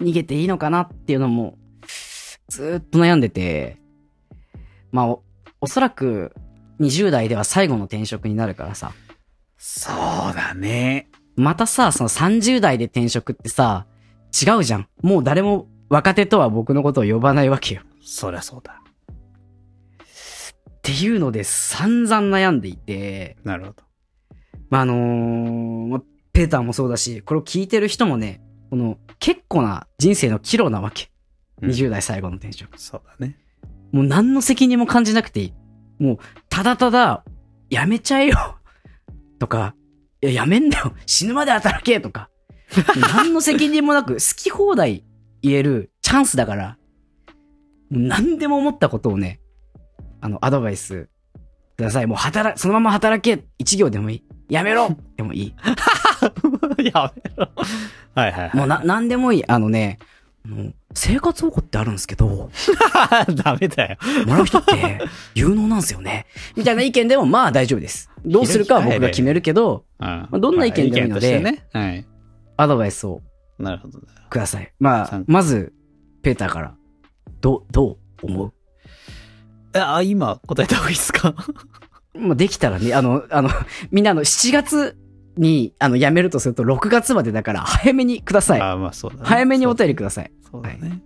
[SPEAKER 2] 逃げていいのかなっていうのも、ずーっと悩んでて、まあお、おそらく20代では最後の転職になるからさ、
[SPEAKER 1] そうだね。
[SPEAKER 2] またさ、その30代で転職ってさ、違うじゃん。もう誰も若手とは僕のことを呼ばないわけよ。
[SPEAKER 1] そりゃそうだ。
[SPEAKER 2] っていうので散々悩んでいて、
[SPEAKER 1] なるほど。
[SPEAKER 2] まあ、あのーまあペーターもそうだし、これを聞いてる人もね、この結構な人生の岐路なわけ。
[SPEAKER 1] うん
[SPEAKER 2] 20代最後の転職。
[SPEAKER 1] そうだね。
[SPEAKER 2] もう何の責任も感じなくていい。もう、ただただ、やめちゃえよ。 とか、いや、やめんだよ。死ぬまで働け。とか。何の責任もなく、 好き放題言えるチャンスだから、もう何でも思ったことをね、あの、アドバイスください。もう働、そのまま働け。一行でもいい。やめろでもいい。
[SPEAKER 1] やめろ。はいはい
[SPEAKER 2] もうな、何でもいい。あのね、あの生活保護ってあるんですけど、
[SPEAKER 1] はい。 ダメだよ。
[SPEAKER 2] もらう 人って有能なんですよね。みたいな意見でもまあ大丈夫です。どうするかは僕が決めるけど、
[SPEAKER 1] う
[SPEAKER 2] どんな意見でもいいので
[SPEAKER 1] まあ意見としてね。はい。
[SPEAKER 2] アドバイスを
[SPEAKER 1] なるほどだよ。
[SPEAKER 2] ください。ま
[SPEAKER 1] さ
[SPEAKER 2] あ
[SPEAKER 1] ん、
[SPEAKER 2] まず、ペーターから、どう、どう思
[SPEAKER 1] えあ、今答えた方がいいですか
[SPEAKER 2] うまあできたらね、あの、あの、 みんなあの、7月に、あの、辞めるとすると6月までだから早めにください。
[SPEAKER 1] あまあそうだね。
[SPEAKER 2] 早めにお便りください。
[SPEAKER 1] そうそうだね。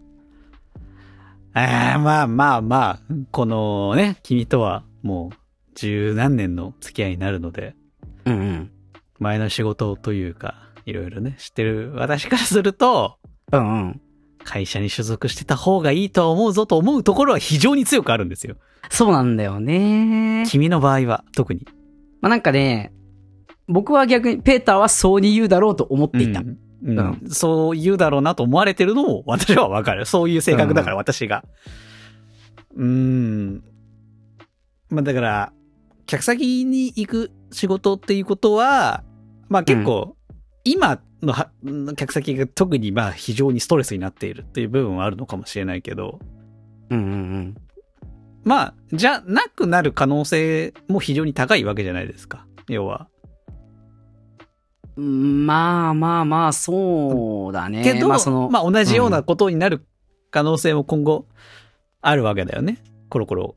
[SPEAKER 1] ああ、まあまあまあ、このね、君とはもう十何年の付き合いになるので、
[SPEAKER 2] うんうん。
[SPEAKER 1] 前の仕事というか、いろいろね、知ってる私からすると、
[SPEAKER 2] うんうん。
[SPEAKER 1] 会社に所属してた方がいいとは思うぞと思うところは非常に強くあるんですよ。
[SPEAKER 2] そうなんだよね。
[SPEAKER 1] 君の場合は、特に。
[SPEAKER 2] まあなんかね、僕は逆にペーターはそうに言うだろうと思っていた。
[SPEAKER 1] うんうんそう言うだろうなと思われてるのも私はわかる。そういう性格だから、
[SPEAKER 2] うん
[SPEAKER 1] 私が。うーん。まあだから、客先に行く仕事っていうことは、まあ結構、今のは客先が特にまあ非常にストレスになっているっていう部分はあるのかもしれないけど、
[SPEAKER 2] うんうんうん。
[SPEAKER 1] まあ、じゃなくなる可能性も非常に高いわけじゃないですか。要は。
[SPEAKER 2] まあまあまあ、そうだね。
[SPEAKER 1] けど、
[SPEAKER 2] ま
[SPEAKER 1] ま
[SPEAKER 2] あ
[SPEAKER 1] あ
[SPEAKER 2] その、
[SPEAKER 1] 同じようなことになる可能性も今後あるわけだよね。コロコロ。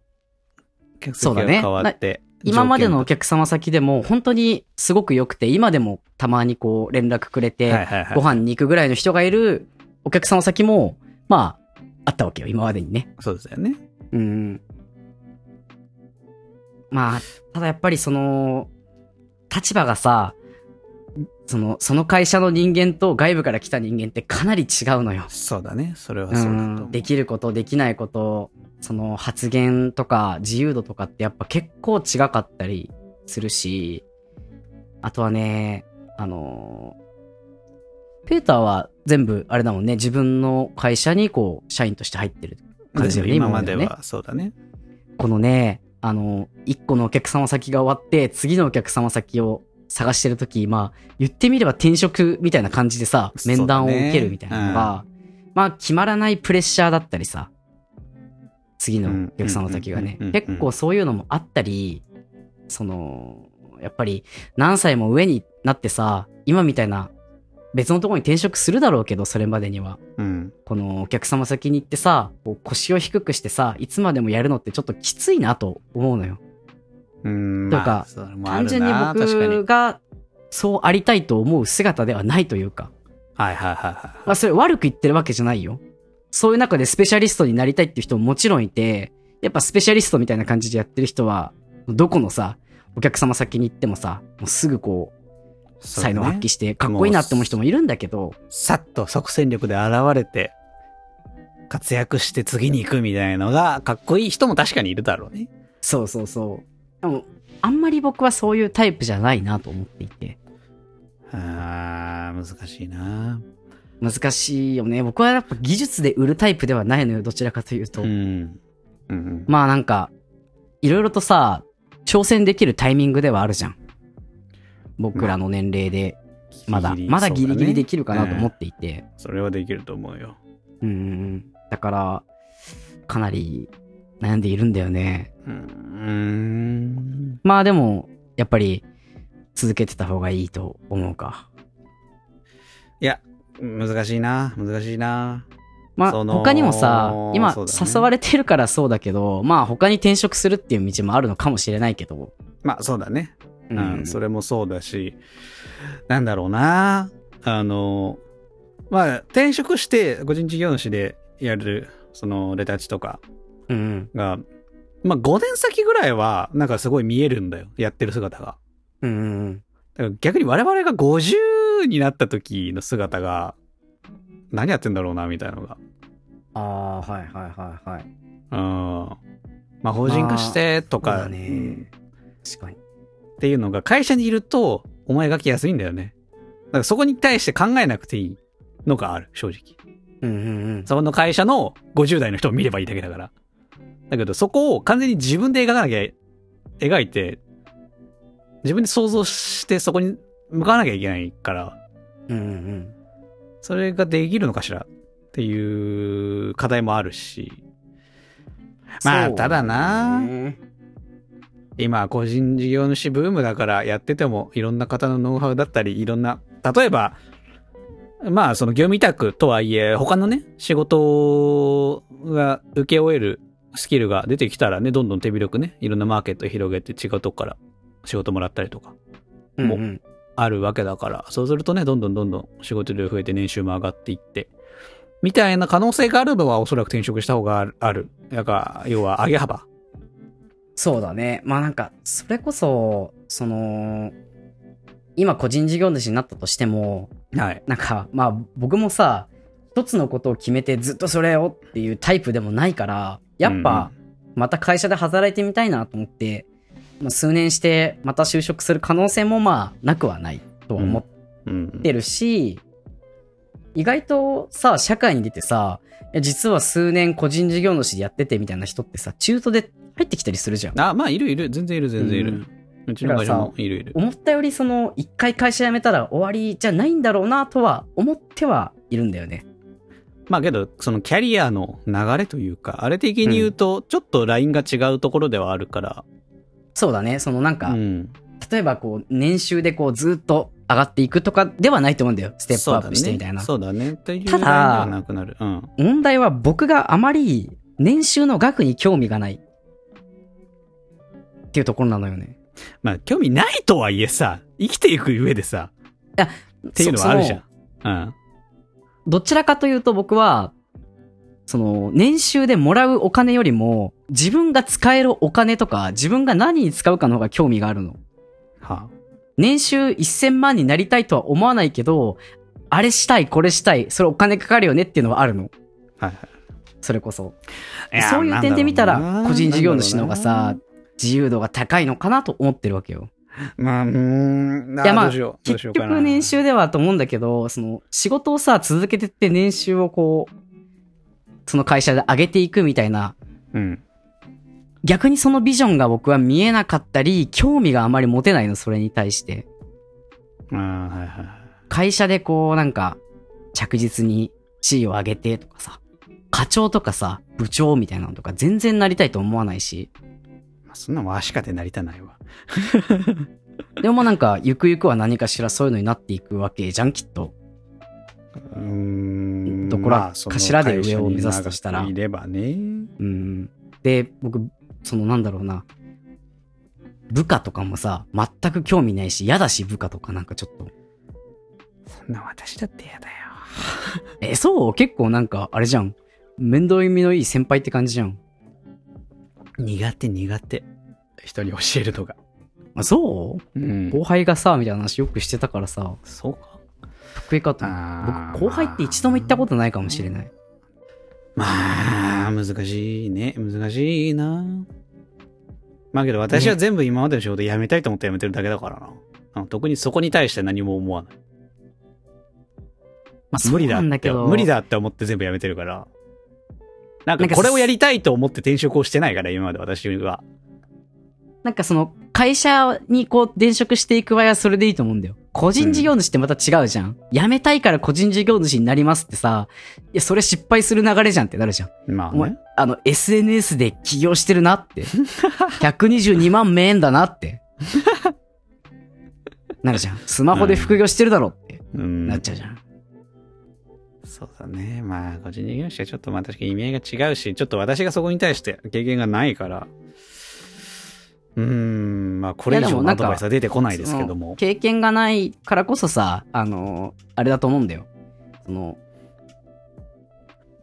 [SPEAKER 1] 客
[SPEAKER 2] そう
[SPEAKER 1] 席
[SPEAKER 2] だ
[SPEAKER 1] が
[SPEAKER 2] ね
[SPEAKER 1] 変わって。
[SPEAKER 2] 今までのお
[SPEAKER 1] 条
[SPEAKER 2] 客様先でも本当にすごく良くて、今でもたまにこう連絡くれ
[SPEAKER 1] 件
[SPEAKER 2] て、
[SPEAKER 1] がはいはいはい。
[SPEAKER 2] ご飯に行くぐらいの人がいるお客様先も、まあ、あったわけよ、今までにね。
[SPEAKER 1] そうですよね。
[SPEAKER 2] うん。まあ、ただやっぱりその、立場がさ、その、その会社の人間と外部から来た人間ってかなり違うのよ。
[SPEAKER 1] そうだね。それは
[SPEAKER 2] う
[SPEAKER 1] そうだと思う。
[SPEAKER 2] ん、できることできないことその発言とか自由度とかってやっぱ結構違かったりするしあとはねあのペーターは全部あれだもんね自分の会社にこう社員として入ってる感じだよね
[SPEAKER 1] 今
[SPEAKER 2] 今
[SPEAKER 1] ま
[SPEAKER 2] ま
[SPEAKER 1] で
[SPEAKER 2] で
[SPEAKER 1] は
[SPEAKER 2] ね
[SPEAKER 1] そうだね。
[SPEAKER 2] このねあの1個のお客様先が終わって次のお客様先を探してる時まあ言ってみれば転職みたいな感じでさ面談を受けるみたいなのが、まあ決まらないプレッシャーだったりさ次のお客様先がね
[SPEAKER 1] うんうんうんうんうん
[SPEAKER 2] 結構そういうのもあったりそのやっぱり何歳も上になってさ今みたいな別のところに転職するだろうけどそれまでには
[SPEAKER 1] うん。
[SPEAKER 2] このお客様先に行ってさ、こう腰を低くしてさ、いつまでもやるのってちょっときついなと思うのよ。
[SPEAKER 1] うん。
[SPEAKER 2] というか
[SPEAKER 1] まあそれもあ
[SPEAKER 2] 単
[SPEAKER 1] る
[SPEAKER 2] 純に
[SPEAKER 1] な確かに。
[SPEAKER 2] 僕がそうありたいと思う姿ではないというか、
[SPEAKER 1] はいはいはいはい。
[SPEAKER 2] まあそれ悪く言ってるわけじゃないよ。そういう中でスペシャリストになりたいっていう人ももちろんいて、やっぱスペシャリストみたいな感じでやってる人は、どこのさ、お客様先に行ってもさ、もうすぐこう、
[SPEAKER 1] そうだ
[SPEAKER 2] 才
[SPEAKER 1] ね
[SPEAKER 2] 能発揮してかっこいいなって思う人もいるんだけど、
[SPEAKER 1] さっと即戦力で現れて、活躍して次に行くみたいなのが、かっこいい人も確かにいるだろうね。
[SPEAKER 2] そうそうそう。でも、あんまり僕はそういうタイプじゃないなと思っていて。
[SPEAKER 1] あー、難しいな
[SPEAKER 2] 難しいよね。僕はやっぱ技術で売るタイプではないのよ、どちらかというと。
[SPEAKER 1] うん。うん。
[SPEAKER 2] まあなんか、いろいろとさ、挑戦できるタイミングではあるじゃん。僕らの年齢で、まだ、
[SPEAKER 1] ギリギリ
[SPEAKER 2] まだギリギリで
[SPEAKER 1] そう
[SPEAKER 2] きるかなと思っていて。
[SPEAKER 1] だねそれはできると思うよ。
[SPEAKER 2] うんうんうん。だから、かなり悩んでいるんだよね。
[SPEAKER 1] うーん。
[SPEAKER 2] まあでも、やっぱり、続けてた方がいいと思うか。
[SPEAKER 1] いや、難しいな難しいな
[SPEAKER 2] まあ、
[SPEAKER 1] その
[SPEAKER 2] 他にもさ、今、
[SPEAKER 1] そうだね
[SPEAKER 2] 誘われてるからそうだけど、まあ他に転職するっていう道もあるのかもしれないけど。
[SPEAKER 1] まあ、そうだね。
[SPEAKER 2] う
[SPEAKER 1] うん、それもそうだし、なんだろうな。あの、まあ、転職して、個人事業主でやる、その、レタッチとか
[SPEAKER 2] うんうん。
[SPEAKER 1] が、まあ、5年先ぐらいは、なんかすごい見えるんだよ。やってる姿が。
[SPEAKER 2] うんうんうん。
[SPEAKER 1] だから逆に我々が50になった時の姿が、何やってんだろうな、みたいなのが。
[SPEAKER 2] ああ、はいはいはいはい。
[SPEAKER 1] うん。まあ、法人化してと
[SPEAKER 2] まあ
[SPEAKER 1] か、
[SPEAKER 2] そうだね
[SPEAKER 1] うん
[SPEAKER 2] 確かに。
[SPEAKER 1] っていうのが会社にいると、お前がきやすいんだよね。だからそこに対して考えなくていいのがある、正直。
[SPEAKER 2] うんうんうん。
[SPEAKER 1] そこの会社の50代の人を見ればいいだけだから。だけど、そこを完全に自分で描かなきゃ、描いて、自分で想像してそこに向かわなきゃいけないから、
[SPEAKER 2] うんうんうん。
[SPEAKER 1] それができるのかしらっていう課題もあるし、まあ
[SPEAKER 2] そう
[SPEAKER 1] ただな
[SPEAKER 2] ね
[SPEAKER 1] 今個人事業主ブームだからやっててもいろんな方のノウハウだったりいろんな例えばまあその業務委託とはいえ他のね仕事が受け終えるスキルが出てきたらねどんどん手広くねいろんなマーケット広げて違うとこから仕事もらったりとか
[SPEAKER 2] うんうん。
[SPEAKER 1] あるわけだからそうするとねどんどんどんどん仕事量増えて年収も上がっていってみたいな可能性があるのはおそらく転職した方があるだから要は上げ幅
[SPEAKER 2] そうだね。まあなんか、それこそ、その、今個人事業主になったとしても、
[SPEAKER 1] はい
[SPEAKER 2] なんか、まあ僕もさ、一つのことを決めてずっとそれをっていうタイプでもないから、やっぱ、また会社で働いてみたいなと思って、まあ、数年してまた就職する可能性もまあなくはないとは思っ
[SPEAKER 1] うん
[SPEAKER 2] てるし、意外とさ、社会に出てさ、いや実は数年個人事業主でやっててみたいな人ってさ、中途で入ってきたりするじゃん。
[SPEAKER 1] あ、まあ、いるいる。全然いる、全然いる。うちの会社もいるいる。
[SPEAKER 2] 思ったよりその、一回会社辞めたら終わりじゃないんだろうなとは思ってはいるんだよね。
[SPEAKER 1] まあ、けど、そのキャリアの流れというか、あれ的に言うと、ちょっとラインが違うところではあるから。
[SPEAKER 2] そうだね。そのなん
[SPEAKER 1] う
[SPEAKER 2] か、
[SPEAKER 1] ん。
[SPEAKER 2] 例えばこう、年収でこうずっと上がっていくとかではないと思うんだよ。ステップアップしてみたいな。
[SPEAKER 1] そうだね。そうだね。というラ
[SPEAKER 2] た
[SPEAKER 1] イン
[SPEAKER 2] だ
[SPEAKER 1] ではなくなる。うん。
[SPEAKER 2] 問題は僕があまり年収の額に興味がない。っていうところなのよね。
[SPEAKER 1] まあ、興味ないとはいえさ、生きていく上でさ、
[SPEAKER 2] っ
[SPEAKER 1] っていうのはあるじゃん。うん。
[SPEAKER 2] どちらかというと僕は、その、年収でもらうお金よりも、自分が使えるお金とか、自分が何に使うかの方が興味があるの。
[SPEAKER 1] は
[SPEAKER 2] 年収1000万になりたいとは思わないけど、あれしたい、これしたい、それお金かかるよねっていうのはあるの。
[SPEAKER 1] あはい
[SPEAKER 2] それこそ。
[SPEAKER 1] はいや
[SPEAKER 2] そういう点で見たら、個人事業主の方が、
[SPEAKER 1] な
[SPEAKER 2] さ
[SPEAKER 1] んだろ、
[SPEAKER 2] 自由度が高いのかなと思ってるわけよ。
[SPEAKER 1] うなまあ、うーん。
[SPEAKER 2] いやまあ
[SPEAKER 1] どうしよう。どうし
[SPEAKER 2] 結
[SPEAKER 1] ようかな
[SPEAKER 2] 局年収ではと思うんだけど、その仕事をさ、続けてって年収をこう、その会社で上げていくみたいな、
[SPEAKER 1] うん。
[SPEAKER 2] 逆にそのビジョンが僕は見えなかったり、興味があまり持てないの、それに対して。
[SPEAKER 1] あーはいはいはい。
[SPEAKER 2] 会社でこうなんか着実に地位を上げてとかさ、課長とかさ、部長みたいなのとか全然なりたいと思わないし、
[SPEAKER 1] まあそんなもん足かて成りたないわ。
[SPEAKER 2] でもなんかゆくゆくは何かしらそういうのになっていくわけじゃん、きっと。
[SPEAKER 1] うーん
[SPEAKER 2] どこら
[SPEAKER 1] まあその
[SPEAKER 2] かしらで上を目指すとしたら
[SPEAKER 1] 会社に長くいればね。
[SPEAKER 2] うん。で、僕、そのなんだろうな、部下とかもさ、全く興味ないし、嫌だし、部下とかなんかちょっと。
[SPEAKER 1] そんな私だって嫌だよ。
[SPEAKER 2] え、そう結構なんか、あれじゃん。面倒見のいい先輩って感じじゃん。
[SPEAKER 1] 苦手苦手。人に教えるとか。
[SPEAKER 2] あ、そう
[SPEAKER 1] うん
[SPEAKER 2] 後輩がさ、みたいな話よくしてたからさ、
[SPEAKER 1] そうか。
[SPEAKER 2] 得意かと思った
[SPEAKER 1] あー
[SPEAKER 2] 僕後輩って一度も行ったことないかもしれない
[SPEAKER 1] まあ、難しいね。難しいな。まあけど私は全部今までの仕事辞めたいと思って辞めてるだけだからな。あの特にそこに対して何も思わない。
[SPEAKER 2] ま
[SPEAKER 1] 無理だ
[SPEAKER 2] そうなん
[SPEAKER 1] っ
[SPEAKER 2] だ
[SPEAKER 1] て、
[SPEAKER 2] けど。
[SPEAKER 1] 無理。だって思って全部辞めてるから。なん
[SPEAKER 2] な
[SPEAKER 1] か
[SPEAKER 2] んか
[SPEAKER 1] これをやりたいと思って転職をしてないから、今まで私は。
[SPEAKER 2] なんかその、会社にこう転職していく場合はそれでいいと思うんだよ。個人事業主ってまた違うじゃん。辞めたいから個人事業主になりますってさ、いや、それ失敗する流れじゃんってなるじゃん。
[SPEAKER 1] まあ
[SPEAKER 2] お前
[SPEAKER 1] ね。、
[SPEAKER 2] あの、SNS で起業してるな って。122万名円だなって。なるじゃん。スマホで副業してるだろって、
[SPEAKER 1] うん。
[SPEAKER 2] なっちゃうじゃん。
[SPEAKER 1] そうだね。まあ、個人事業主はちょっとまあ確かに意味合いが違うし、ちょっと私がそこに対して経験がないから、うーん、まあこれ以
[SPEAKER 2] いやで
[SPEAKER 1] 上
[SPEAKER 2] も
[SPEAKER 1] の
[SPEAKER 2] な
[SPEAKER 1] ア
[SPEAKER 2] んか
[SPEAKER 1] ドバイスは出てこないですけど
[SPEAKER 2] その
[SPEAKER 1] も。
[SPEAKER 2] 経験がないからこそさ、あの、あれだと思うんだよ。その、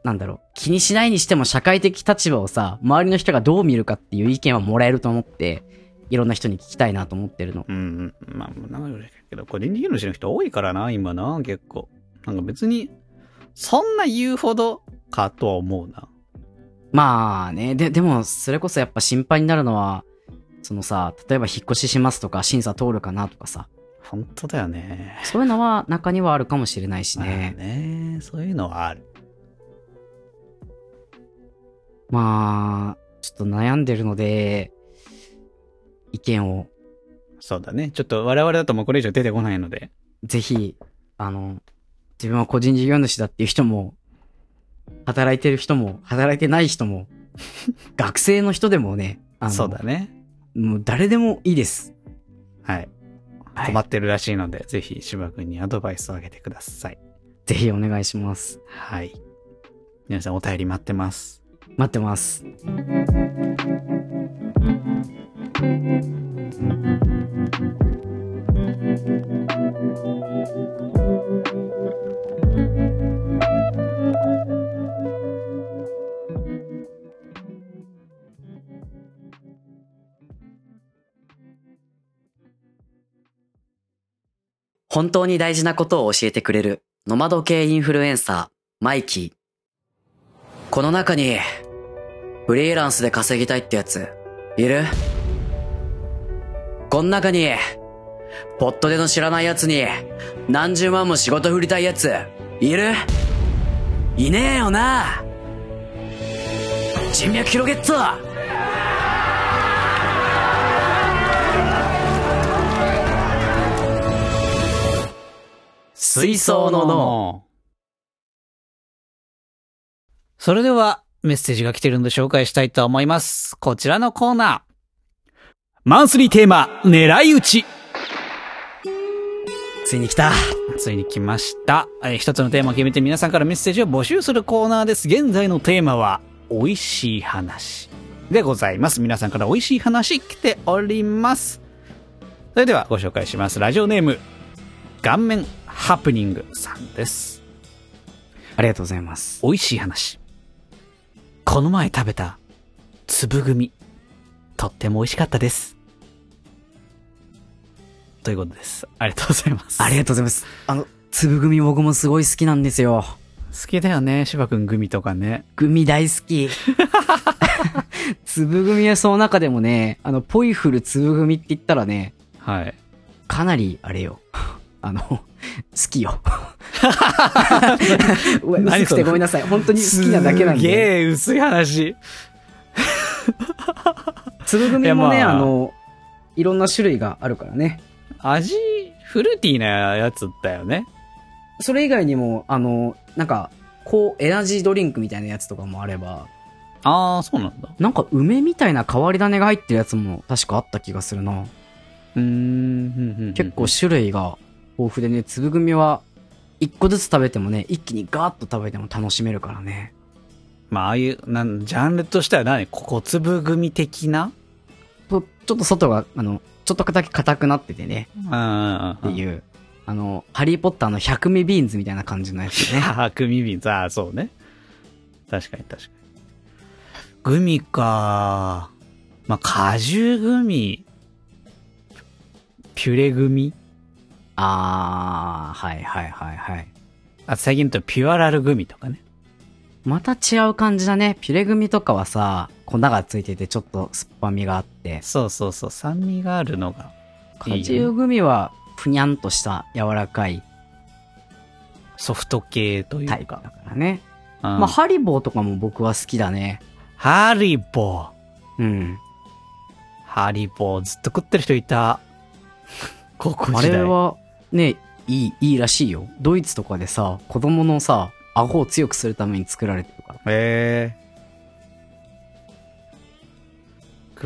[SPEAKER 2] なんだろう、気にしないにしても社会的立場をさ、周りの人がどう見るかっていう意見はもらえると思って、いろんな人に聞きたいなと思ってるの。
[SPEAKER 1] うんうん。まあ、なんか嬉しいけど、個人事業主の人多いからな、今な、結構。なんか別に、そんな言うほどかとは思うな。
[SPEAKER 2] まあね、で、でも、それこそやっぱ心配になるのは、そのさ、例えば引っ越ししますとか、審査通るかなとかさ、
[SPEAKER 1] 本当だよね。
[SPEAKER 2] そういうのは中にはあるかもしれないし
[SPEAKER 1] まあ
[SPEAKER 2] ね。
[SPEAKER 1] ね、そういうのはある。
[SPEAKER 2] まあ、ちょっと悩んでるので、意見を
[SPEAKER 1] そうだね。ちょっと我々だともうこれ以上出てこないので。
[SPEAKER 2] ぜひ、あの、自分は個人事業主だっていう人も、働いてる人も、働いてない人も、 学生の人でもね、あの、
[SPEAKER 1] そうだね。
[SPEAKER 2] もう誰でもいいです。
[SPEAKER 1] はい。
[SPEAKER 2] はい
[SPEAKER 1] 困ってるらしいので、ぜひ芝君にアドバイスをあげてください。
[SPEAKER 2] ぜひお願いします。
[SPEAKER 1] はい。皆さんお便り待ってます。
[SPEAKER 2] 待ってます。本当に大事なことを教えてくれるノマド系インフルエンサー、マイキー。この中に、フリーランスで稼ぎたいってやつ、いるこの中に、ポットでの知らないやつに、何十万も仕事振りたいやつ、いるいねえよな人脈広げっぞ水槽の脳。
[SPEAKER 1] それではメッセージが来てるので紹介したいと思います。こちらのコーナー。マンスリーテーマ、狙い撃ち。
[SPEAKER 2] ついに来た。
[SPEAKER 1] ついに来ました。えー一つのテーマを決めて皆さんからメッセージを募集するコーナーです。現在のテーマは、美味しい話でございます。皆さんから美味しい話来ております。それではご紹介します。ラジオネーム、顔面ハプニングさんです。
[SPEAKER 2] ありがとうございます。
[SPEAKER 1] 美味しい話。この前食べた、粒組。とっても美味しかったです。ということです。ありがとうございます。
[SPEAKER 2] ありがとうございます。あの、粒組僕もすごい好きなんですよ。
[SPEAKER 1] 好きだよね、芝くん組とかね。
[SPEAKER 2] 組大 好き。粒組はその中でもね、あの、ポイフル粒組って言ったらね、
[SPEAKER 1] はい。
[SPEAKER 2] かなり、あれよ。あの、好き よ。うわ
[SPEAKER 1] 何
[SPEAKER 2] 薄く
[SPEAKER 1] それ
[SPEAKER 2] てごめんなさい。本当に好きなだけなん
[SPEAKER 1] す
[SPEAKER 2] で。
[SPEAKER 1] げえ薄い話。
[SPEAKER 2] 粒組も
[SPEAKER 1] い
[SPEAKER 2] ね、
[SPEAKER 1] やまあ
[SPEAKER 2] あの、いろんな種類があるからね。
[SPEAKER 1] 味、フルーティーなやつだよね。
[SPEAKER 2] それ以外にも、あの、なんか、こう、エナジードリンクみたいなやつとかもあれば、
[SPEAKER 1] ああ、そうなんだ。
[SPEAKER 2] なんか梅みたいな変わり種が入ってるやつも確かあった気がするな。
[SPEAKER 1] うーん、ふんふんふん
[SPEAKER 2] 結構。種類が豊富でね、粒組は一個ずつ食べてもね、一気にガーッと食べても楽しめるからね。
[SPEAKER 1] まあ、ああいう、なん、ジャンルとしては何ここ粒組的な
[SPEAKER 2] とちょっと外が、あの、ちょっとだけ硬くなっててね、
[SPEAKER 1] うん、
[SPEAKER 2] って
[SPEAKER 1] うん。
[SPEAKER 2] いう、あの、ハリーポッターの百味ビーンズみたいな感じのや つね。
[SPEAKER 1] ああ、グミ瓶、ああ、そうね。確かに確かに。グミか。まあ、果汁グミ。ピュレグミ。
[SPEAKER 2] あー、はいはいはいはい。
[SPEAKER 1] あ、最近だとピュアラルグミとかね。
[SPEAKER 2] また違う感じだね。ピュレ組とかはさ、粉がついててちょっと酸っぱみがあって、
[SPEAKER 1] そうそうそう、酸味があるのがいいよ
[SPEAKER 2] 果
[SPEAKER 1] ね
[SPEAKER 2] 汁組はふにゃんとした柔らかい
[SPEAKER 1] ソフト系とい
[SPEAKER 2] タイ
[SPEAKER 1] う
[SPEAKER 2] プだ
[SPEAKER 1] か。
[SPEAKER 2] からね。
[SPEAKER 1] うん
[SPEAKER 2] まあ、ハリボーとかも僕は好きだね。
[SPEAKER 1] ハリボー。
[SPEAKER 2] うん。
[SPEAKER 1] ハリボーずっと食ってる人い た。高校
[SPEAKER 2] あ
[SPEAKER 1] 時代。
[SPEAKER 2] れは、ね、いい、いいらしいよ。ドイツとかでさ、子供のさ、顎を強くするために作られてるから。
[SPEAKER 1] へえ。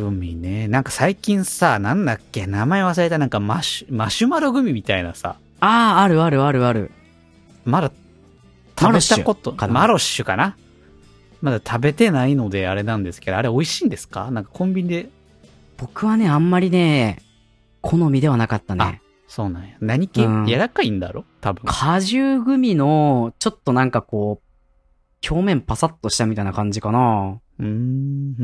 [SPEAKER 1] グミね。なんか最近さ、なんだっけ、名前忘れた。なんかマシュ、マシュマログミみたいなさ、
[SPEAKER 2] ああ、あるあるあるある。
[SPEAKER 1] まだ、
[SPEAKER 2] マ
[SPEAKER 1] 食
[SPEAKER 2] ロ
[SPEAKER 1] べ
[SPEAKER 2] ッシュ
[SPEAKER 1] たこと、
[SPEAKER 2] かな
[SPEAKER 1] マロッシュかなまだ食べてないのであれなんですけど、あれ美味しいんですかなんかコンビニで、
[SPEAKER 2] 僕はね、あんまりね、好みではなかったね。
[SPEAKER 1] そうなんや。何系
[SPEAKER 2] うん
[SPEAKER 1] 柔らかいんだろ多分。
[SPEAKER 2] 果汁グミの、ちょっとなんかこう、表面パサッとしたみたいな感じかな。
[SPEAKER 1] うー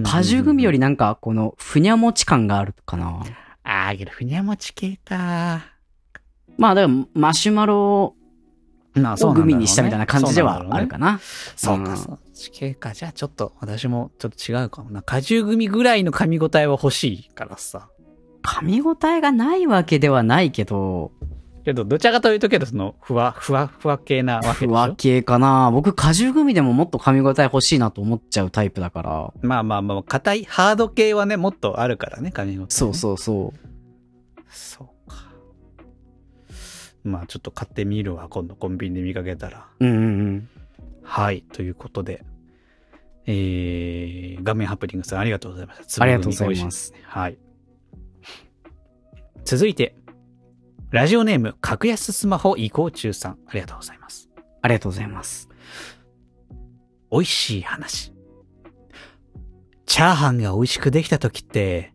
[SPEAKER 1] ん。
[SPEAKER 2] 果汁グミよりなんか、この、ふにゃもち感があるかな。
[SPEAKER 1] あー、けど、ふにゃもち系か。
[SPEAKER 2] まあ、だから、マシュマロ
[SPEAKER 1] まあ、そう
[SPEAKER 2] を
[SPEAKER 1] なんだろ
[SPEAKER 2] グ
[SPEAKER 1] うね
[SPEAKER 2] ミにしたみたいな感じではあるかな。
[SPEAKER 1] そうか、
[SPEAKER 2] うん
[SPEAKER 1] そっち系か。じゃあちょっと、私もちょっと違うかもな。果汁組ぐらいの噛み応えは欲しいからさ。
[SPEAKER 2] 噛み応えがないわけではないけど、
[SPEAKER 1] けど、どちらかというとけど、その、ふわ、ふわ、ふわ系なわけ
[SPEAKER 2] ふ
[SPEAKER 1] でし
[SPEAKER 2] わ
[SPEAKER 1] ょ
[SPEAKER 2] 系かな。僕、果汁グミでももっと噛み応え欲しいなと思っちゃうタイプだから。
[SPEAKER 1] まあまあまあ、硬い、ハード系はね、もっとあるからね、噛み応えね、
[SPEAKER 2] そうそうそう。
[SPEAKER 1] う。そうか。まあ、ちょっと買ってみるわ、今度コンビニで見かけたら。
[SPEAKER 2] うんうんうん。
[SPEAKER 1] はい、ということで。えー、画面ハプニングさんありがとうございました。
[SPEAKER 2] ありがとうござい
[SPEAKER 1] 粒組
[SPEAKER 2] ます
[SPEAKER 1] 美味しですね。はい。続いて、ラジオネーム、格安スマホ移行中さん。ありがとうございます。
[SPEAKER 2] ありがとうございます。
[SPEAKER 1] 美味しい話。チャーハンが美味しくできた時って、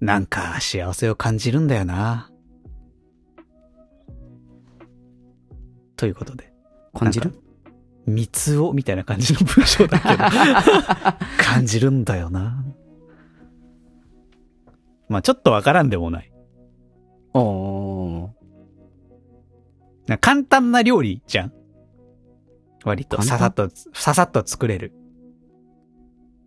[SPEAKER 1] なんか幸せを感じるんだよな。ということで。
[SPEAKER 2] 感じる
[SPEAKER 1] 三つおみたいな感じの文章だ けど感じるんだよなまあちょっとわからんでもない
[SPEAKER 2] おー。
[SPEAKER 1] なんか簡単な料理じゃん割と
[SPEAKER 2] 簡
[SPEAKER 1] さ
[SPEAKER 2] 単
[SPEAKER 1] さっとささっと作れる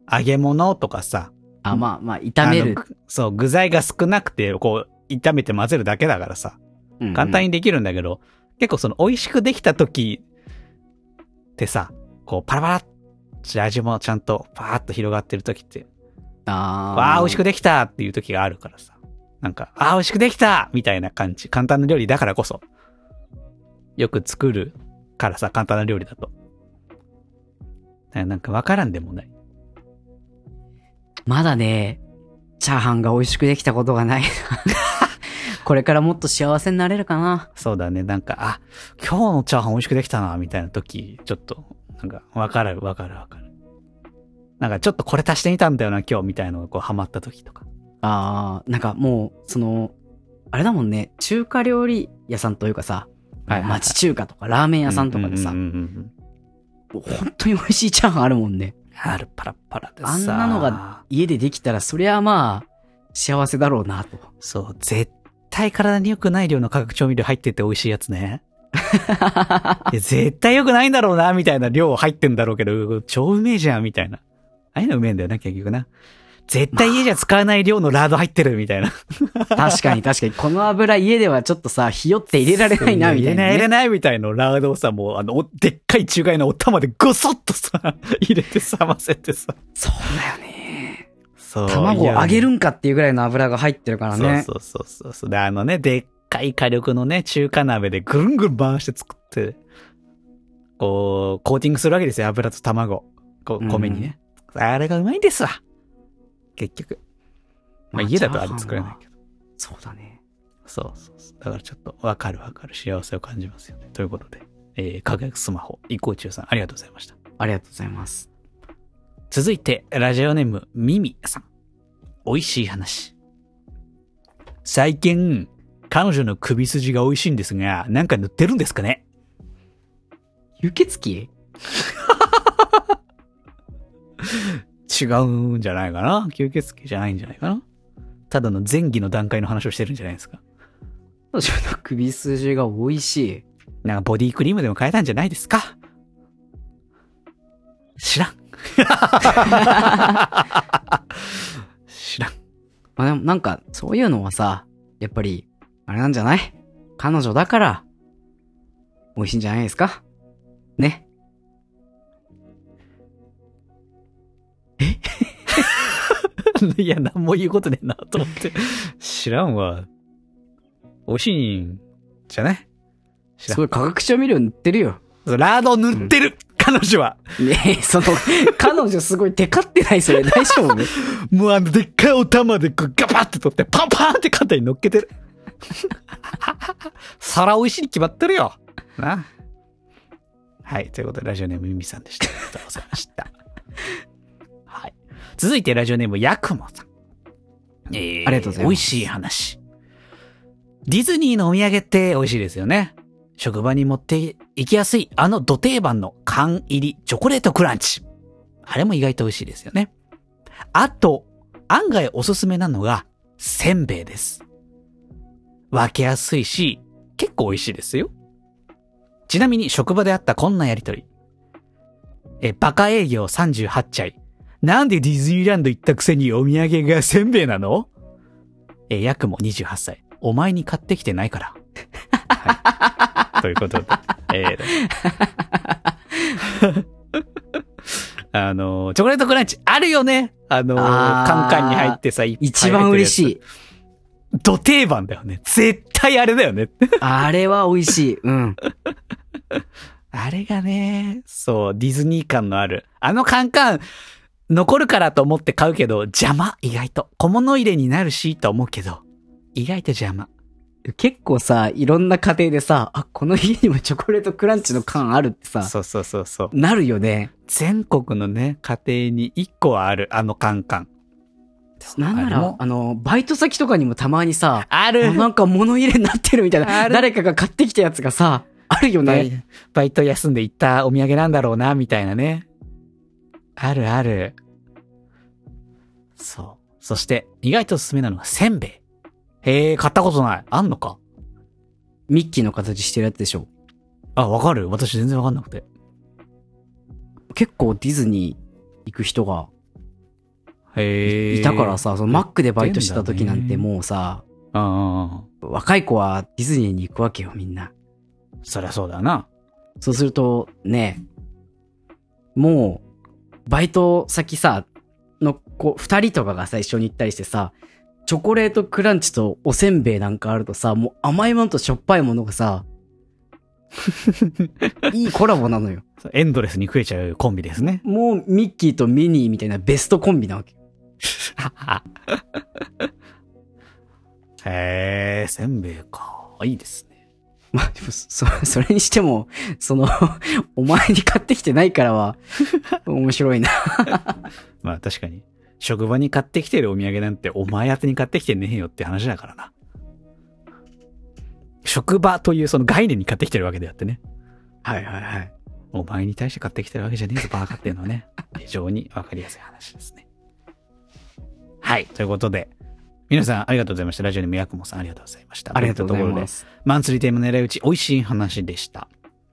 [SPEAKER 1] 揚げ物とかさ
[SPEAKER 2] あ、まあまあ、炒める
[SPEAKER 1] あ。のそう具材が少なくてこう炒めて混ぜるだけだからさ
[SPEAKER 2] うんうん
[SPEAKER 1] 簡単にできるんだけど、結構その美味しくできた時ってさこうパラパラって味もちゃんとパーッと広がってる時って
[SPEAKER 2] あー
[SPEAKER 1] わあ、美味しくできたっていう時があるからさ。なんか、ああ、美味しくできたみたいな感じ。簡単な料理だからこそ。よく作るからさ、簡単な料理だと。だからなんかわからんでもない。
[SPEAKER 2] まだね、チャーハンが美味しくできたことがないな。 これからもっと幸せになれるかな。
[SPEAKER 1] そうだね。なんか、あ、今日のチャーハン美味しくできたな、みたいな時、ちょっと、なんか、わかるわかるわかる。なんか、ちょっとこれ足してみたんだよな、今日、みたいなのがこう、ハマった時とか。
[SPEAKER 2] あー、なんかもう、その、あれだもんね、中華料理屋さんというかさ、
[SPEAKER 1] はいはいはい
[SPEAKER 2] 町中華とかラーメン屋さんとかでさ、
[SPEAKER 1] うううんうん
[SPEAKER 2] もう本当に美味しいチャーハンあるもんね。
[SPEAKER 1] あるパラッパラでさ。
[SPEAKER 2] あんなのが家でできたら、そりゃまあ、幸せだろうなと。
[SPEAKER 1] そう、絶対体に良くない量の化学調味料入ってて美味しいやつ ね。いや絶対良くないんだろうな、みたいな量入ってんだろうけど、超うめえじゃん、みたいな。ああいうのうめえんだよな、結局な。絶対家じゃ使わない量のラード入ってる、みたいな。
[SPEAKER 2] 確かに確かに、この油家ではちょっとさ、ひよって入れられないな、みた
[SPEAKER 1] 入れ
[SPEAKER 2] いな、
[SPEAKER 1] ない、入れ
[SPEAKER 2] ね。
[SPEAKER 1] ない、みたいなラードをさ、もう、あの、おでっかい中華屋のお玉でごそっとさ、 入れて冷ませてさ。
[SPEAKER 2] そうだよね。
[SPEAKER 1] そう。
[SPEAKER 2] 卵を揚げ
[SPEAKER 1] る
[SPEAKER 2] るんかっていうぐらいの油が入ってるからね。
[SPEAKER 1] そうそうそうそう。で、あのね、でっかい火力のね、中華鍋でぐるんぐるん回して作って、こう、コーティングするわけですよ。油と卵。こう米にね、あれがうまいんですわ。結局。まあ、家だとあれ作れないけど。
[SPEAKER 2] ど。そうだね。
[SPEAKER 1] そうそうそう。だからちょっとわかるわかる。幸せを感じますよね。ということで、えー、格安スマホ、移行中さん、ありがとうございました。
[SPEAKER 2] ありがとうございます。
[SPEAKER 1] 続いて、ラジオネーム、ミミさん。美味しい話。最近、彼女の首筋が美味しいんですが、なんか塗ってるんですかね
[SPEAKER 2] 輸血鬼
[SPEAKER 1] 違うんじゃないかな吸血鬼じゃないんじゃないかなただの前期の段階の話をしてるんじゃないですか
[SPEAKER 2] 彼女の首筋が美味しい。
[SPEAKER 1] なんかボディクリームでも変えたんじゃないですか知らん。知らん。
[SPEAKER 2] まあでもなんか、そういうのはさ、やっぱり、あれなんじゃない彼女だから、美味しいんじゃないですかね。
[SPEAKER 1] いや、何も言うことねえな、と思って。知らんわ。美味しいんじゃない知らん
[SPEAKER 2] すごい化学調味料塗ってるよ。
[SPEAKER 1] ラード塗ってる、彼女は。
[SPEAKER 2] ね え、その、彼女すごいテカってないそれ大丈夫
[SPEAKER 1] もうあの、でっかいお玉でこうガバって取って、パンパンって肩に乗っけてる。皿美味しいに決まってるよ。な。 はい。ということで、ラジオネームミミさんでした。ありがとうございました。 はい。続いて、ラジオネームヤクモさん。えー
[SPEAKER 2] ありがとうございます
[SPEAKER 1] 美味しい話。ディズニーのお土産って美味しいですよね。職場に持って行きやすい、あの土定番の缶入りチョコレートクランチ。あれも意外と美味しいですよね。あと、案外おすすめなのが、せんべいです。分けやすいし、結構美味しいですよ。ちなみに職場であったこんなやりとり。え、バカ営業38チなんでディズニーランド行ったくせにお土産がせんべいなのえ、ヤクも28歳。お前に買ってきてないから。はい、ということで。えーあの、チョコレートクランチあるよねあの、
[SPEAKER 2] あー
[SPEAKER 1] カンカンに入ってさ、いっぱい
[SPEAKER 2] 一番嬉し
[SPEAKER 1] い。
[SPEAKER 2] い。
[SPEAKER 1] 土定番だよね。絶対あれだよね。
[SPEAKER 2] あれは美味しい。うん。
[SPEAKER 1] あれがね、そう、ディズニー感のある。あのカンカン、残るからと思って買うけど、邪魔、意外と。小物入れになるし、と思うけど、意外と邪魔。
[SPEAKER 2] 結構さ、いろんな家庭でさ、あ、この家にもチョコレートクランチの缶あるってさ、
[SPEAKER 1] そうそうそうそう。
[SPEAKER 2] なるよね。
[SPEAKER 1] 全国のね、家庭に1個はある、あのカンカン。
[SPEAKER 2] なんな
[SPEAKER 1] あれ
[SPEAKER 2] ら
[SPEAKER 1] も、
[SPEAKER 2] あの、バイト先とかにもたまにさ、
[SPEAKER 1] あ
[SPEAKER 2] あなんか物入れになってるみたい
[SPEAKER 1] あ
[SPEAKER 2] な、
[SPEAKER 1] る
[SPEAKER 2] 誰かが買ってきたやつがさ、あるよ
[SPEAKER 1] バ
[SPEAKER 2] ね。
[SPEAKER 1] イバイト休んで行ったお土産なんだろうな、みたいなね。あるある。そう。そして、意外とおすすめなのがせんべい。へえ、買ったことない。あんのか
[SPEAKER 2] ミッキーの形してるやつでしょ。
[SPEAKER 1] あ、わかる私全然わかんなくて。
[SPEAKER 2] 結構ディズニー行く人が
[SPEAKER 1] へえ。
[SPEAKER 2] いたから。さ、そのマックでバイトしてた時なん
[SPEAKER 1] 行って
[SPEAKER 2] て
[SPEAKER 1] んだね
[SPEAKER 2] もうさ、
[SPEAKER 1] うんうんうん。
[SPEAKER 2] 若い子はディズニーに行くわけよ、みんな。
[SPEAKER 1] そりゃそうだな。
[SPEAKER 2] そうすると、ね、もう、バイト先さ、の子、二人とかがさ、一緒に行ったりしてさ、チョコレートクランチとおせんべいなんかあるとさ、もう甘いものとしょっぱいものが さ、いいコラボなのよ。
[SPEAKER 1] エンドレスに食えちゃうコンビですね。
[SPEAKER 2] もうミッキーとミニーみたいなベストコンビなわけ。
[SPEAKER 1] へえ、せんべいか。いいですね。
[SPEAKER 2] まあ、でもそ、それにしても、その、お前に買ってきてないからは、面白いな。
[SPEAKER 1] まあ確かに。職場に買ってきてるお土産なんてお前宛てに買ってきてねえよって話だからな。職場というその概念に買ってきてるわけであってね。
[SPEAKER 2] はいはいはい。
[SPEAKER 1] お前に対して買ってきてるわけじゃねえぞ、バーカっていうのはね。非常にわかりやすい話ですね。はい。ということで、皆さんありがとうございました。ラジオネームヤクモさんありがとうございました。
[SPEAKER 2] ありがとうござ
[SPEAKER 1] と
[SPEAKER 2] い
[SPEAKER 1] いったところで
[SPEAKER 2] ま。す。
[SPEAKER 1] マンスリーテーマ狙い撃ち、美味しい話でした。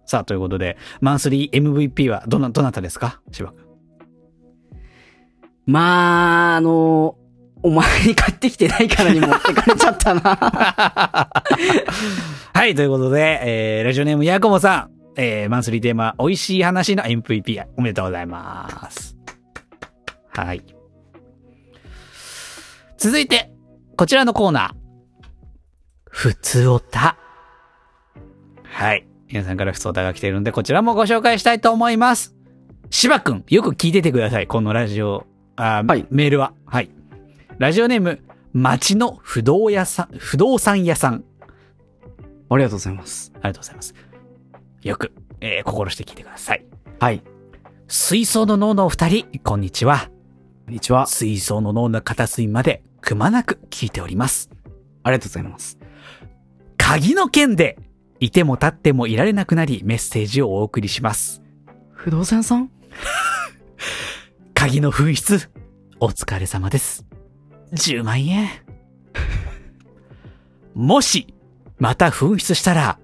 [SPEAKER 1] さあ、ということで、マンスリー MVP はどな、どなたですか芝君。
[SPEAKER 2] まあ、あの、お前に買ってきてないからに持ってかれちゃった な。
[SPEAKER 1] はい、ということで、えー、ラジオネームヤコモさん、えー、マンスリーテーマ、美味しい話の MVP、おめでとうございます。はい。続いて、こちらのコーナー。ふつおた。はい。皆さんからふつおたが来ているので、こちらもご紹介したいと思います。芝くん、よく聞いててください。このラジオ、あー
[SPEAKER 2] はい
[SPEAKER 1] メールは。はい。ラジオネーム、町の不動屋さん、不動産屋さん。
[SPEAKER 2] ありがとうございます。
[SPEAKER 1] ありがとうございます。よく、えー心して聞いてください。
[SPEAKER 2] はい。
[SPEAKER 1] 水槽の脳のお二人、こんにちは。
[SPEAKER 2] こんにちは。
[SPEAKER 1] 水槽の脳の片隅まで、くまなく聞いております。
[SPEAKER 2] ありがとうございます。
[SPEAKER 1] 鍵の件で、いても立ってもいられなくなり、メッセージをお送りします。
[SPEAKER 2] 不動産屋さん
[SPEAKER 1] 鍵の紛失、お疲れ様です。10万円。 もし、また紛失したら、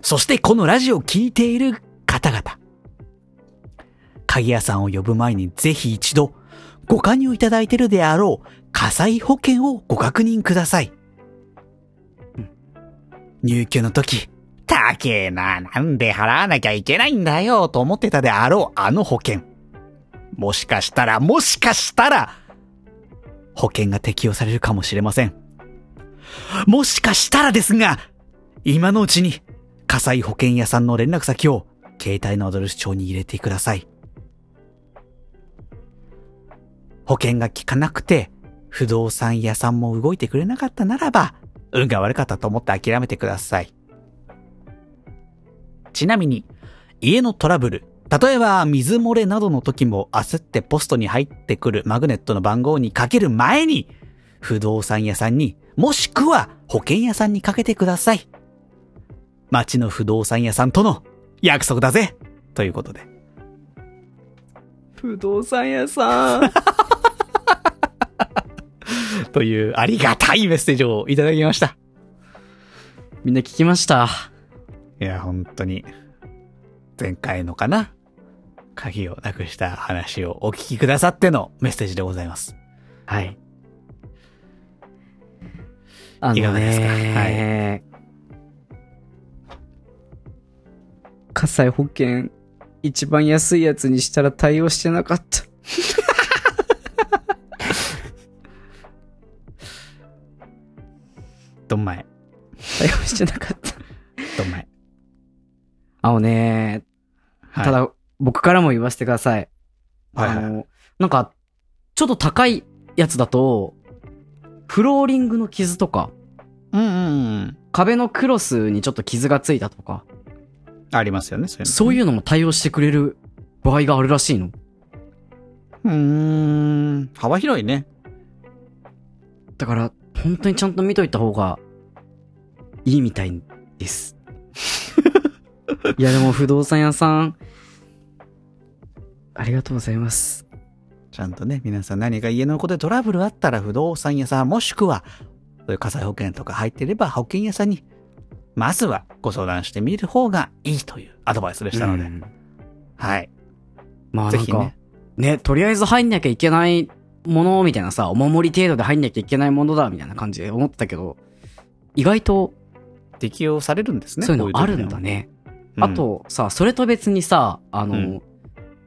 [SPEAKER 1] そしてこのラジオを聞いている方々、鍵屋さんを呼ぶ前にぜひ一度、ご加入いただいてるであろう火災保険をご確認ください。入居の時、高えな、なんで払わなきゃいけないんだよ、と思ってたであろうあの保険。もしかしたら、もしかしたら、保険が適用されるかもしれません。もしかしたらですが、今のうちに火災保険屋さんの連絡先を携帯のアドレス帳に入れてください。保険が効かなくて不動産屋さんも動いてくれなかったならば、運が悪かったと思って諦めてください。ちなみに、家のトラブル、例えば水漏れなどの時も焦ってポストに入ってくるマグネットの番号にかける前に、不動産屋さんに、もしくは保険屋さんにかけてください。町の不動産屋さんとの約束だぜということで。
[SPEAKER 2] 不動産屋さん。
[SPEAKER 1] というありがたいメッセージをいただきました。
[SPEAKER 2] みんな聞きました。
[SPEAKER 1] いや、本当に、前回のかな鍵をなくした話をお聞きくださってのメッセージでございます。
[SPEAKER 2] はい。あ
[SPEAKER 1] いか
[SPEAKER 2] の
[SPEAKER 1] がですか
[SPEAKER 2] ね、火災保険、一番安いやつにしたら対応してなかった。
[SPEAKER 1] どんまい、
[SPEAKER 2] 対応してなかった。
[SPEAKER 1] どんまい。
[SPEAKER 2] あのね、
[SPEAKER 1] はい
[SPEAKER 2] た、だ、僕からも言わせてください。
[SPEAKER 1] はいはい
[SPEAKER 2] あの、なんか、ちょっと高いやつだと、フローリングの傷とか、
[SPEAKER 1] うんうんうん。
[SPEAKER 2] 壁のクロスにちょっと傷がついたとか、
[SPEAKER 1] ありますよね、そういうの。
[SPEAKER 2] そういうのも対応してくれる場合があるらしいの。
[SPEAKER 1] うーん、幅広いね。
[SPEAKER 2] だから、本当にちゃんと見といた方が、いいみたい です。いや、でも不動産屋さん、ありがとうございます。
[SPEAKER 1] ちゃんとね、皆さん何か家のことでトラブルあったら不動産屋さん、もしくは、そういう火災保険とか入っていれば保険屋さんに、まずはご相談してみる方がいいというアドバイスでしたので。
[SPEAKER 2] うん
[SPEAKER 1] はい。
[SPEAKER 2] まあ
[SPEAKER 1] ぜ
[SPEAKER 2] なん
[SPEAKER 1] ひ
[SPEAKER 2] か、
[SPEAKER 1] ね
[SPEAKER 2] ね。とりあえず入んなきゃいけないものみたいなさ、お守り程度で入んなきゃいけないものだみたいな感じで思ってたけど、意外と
[SPEAKER 1] 適用されるんですね。
[SPEAKER 2] そういうの
[SPEAKER 1] こ
[SPEAKER 2] あ
[SPEAKER 1] 時
[SPEAKER 2] る
[SPEAKER 1] に
[SPEAKER 2] ん
[SPEAKER 1] は
[SPEAKER 2] だ。ね。
[SPEAKER 1] うん
[SPEAKER 2] あ、とさ、それと別にさ、あの、
[SPEAKER 1] うん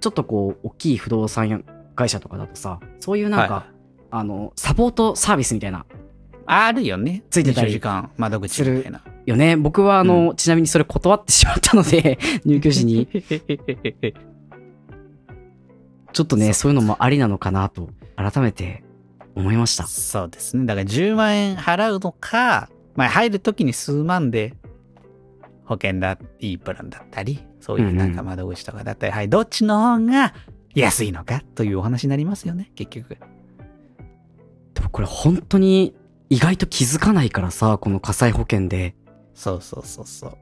[SPEAKER 2] ちょっとこう、大きい不動産屋会社とかだとさ、そういうなんか、
[SPEAKER 1] はい
[SPEAKER 2] あの、サポートサービスみたいな、
[SPEAKER 1] あるよね。
[SPEAKER 2] ついてた
[SPEAKER 1] 24
[SPEAKER 2] り
[SPEAKER 1] 時間窓口みたいな。
[SPEAKER 2] よね。僕はあの、ちなみにそれ断ってしまった ので、入居時に。ちょっとね、そういうのもありなのかなと、改めて思いました。
[SPEAKER 1] そうですね。だから10万円払うのか、まあ入るときに数万で、保険だ、いいプランだったり、そういうなん
[SPEAKER 2] うんう
[SPEAKER 1] か
[SPEAKER 2] ん
[SPEAKER 1] 窓口とかだったり、はい、どっちの方が安いのかというお話になりますよね、結局。
[SPEAKER 2] でもこれ本当に意外と気づかないからさ、この火災保険で。
[SPEAKER 1] そうそうそうそう。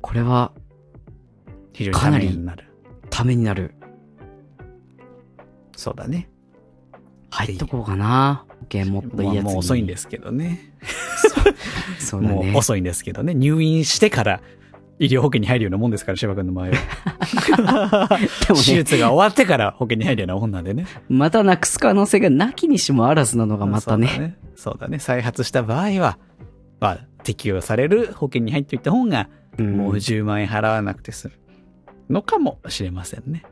[SPEAKER 2] これは
[SPEAKER 1] 非常に
[SPEAKER 2] か
[SPEAKER 1] た
[SPEAKER 2] なり
[SPEAKER 1] めになる。
[SPEAKER 2] ためになる。
[SPEAKER 1] そうだね。
[SPEAKER 2] 入っとこうかな。保険もっといいやつに。
[SPEAKER 1] まあもう遅いんですけどね。
[SPEAKER 2] す。そうだ
[SPEAKER 1] も
[SPEAKER 2] ね
[SPEAKER 1] う。遅いんですけどね。入院してから医療保険に入るようなもんですから、柴君の場合は。
[SPEAKER 2] で も
[SPEAKER 1] 手
[SPEAKER 2] ね、
[SPEAKER 1] 術が終わってから保険に入るようなもんなんでね。
[SPEAKER 2] またなくす可能性がなきにしもあらずなのがまた
[SPEAKER 1] そうだ
[SPEAKER 2] ね。
[SPEAKER 1] ね。そうだね再発した場合は、まあ、適用される保険に入っておいた方が、
[SPEAKER 2] うん
[SPEAKER 1] もう10万円払わなくて済むのかもしれませんね。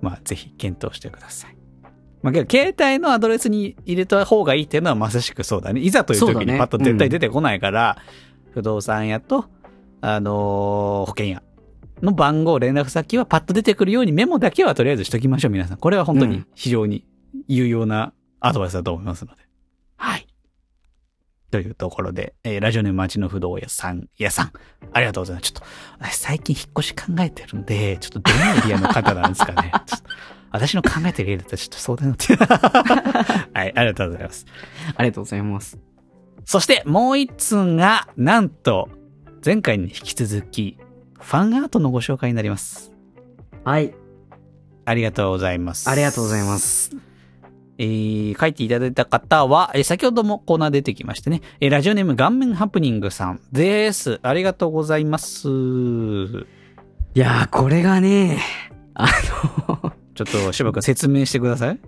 [SPEAKER 1] まあ、ぜひ検討してください。まあ、けど、携帯のアドレスに入れた方がいいっていうのはまさしくそうだね。いざという
[SPEAKER 2] そう
[SPEAKER 1] 時
[SPEAKER 2] だ
[SPEAKER 1] に
[SPEAKER 2] ね
[SPEAKER 1] パッと絶対出てこないから、不動産屋と、あのー保険屋の番号、連絡先はパッと出てくるようにメモだけはとりあえずしときましょう、皆さん。これは本当
[SPEAKER 2] う
[SPEAKER 1] に
[SPEAKER 2] ん
[SPEAKER 1] 非常に有用なアドバイスだと思いますので。はい。というところで、えーラジオネーム町の不動屋さん、屋さん、ありがとうございます。ちょっと、私最近引っ越し考えてるんで、ちょっとどのエリアの方なんですかね。ちょっと私の考えてるエリアだったらちょっと相談乗って。 はい、ありがとうございます。
[SPEAKER 2] ありがとうございます。
[SPEAKER 1] そしてもう一通が、なんと、前回に引き続き、ファンアートのご紹介になります。
[SPEAKER 2] はい。
[SPEAKER 1] ありがとうございます。
[SPEAKER 2] ありがとうございます。
[SPEAKER 1] えー書いていただいた方は、えー先ほどもコーナー出てきましてね、えーラジオネーム顔面ハプニングさんです。ありがとうございます。
[SPEAKER 2] いやー、これがね、あの、
[SPEAKER 1] ちょっと、しばく説明してください。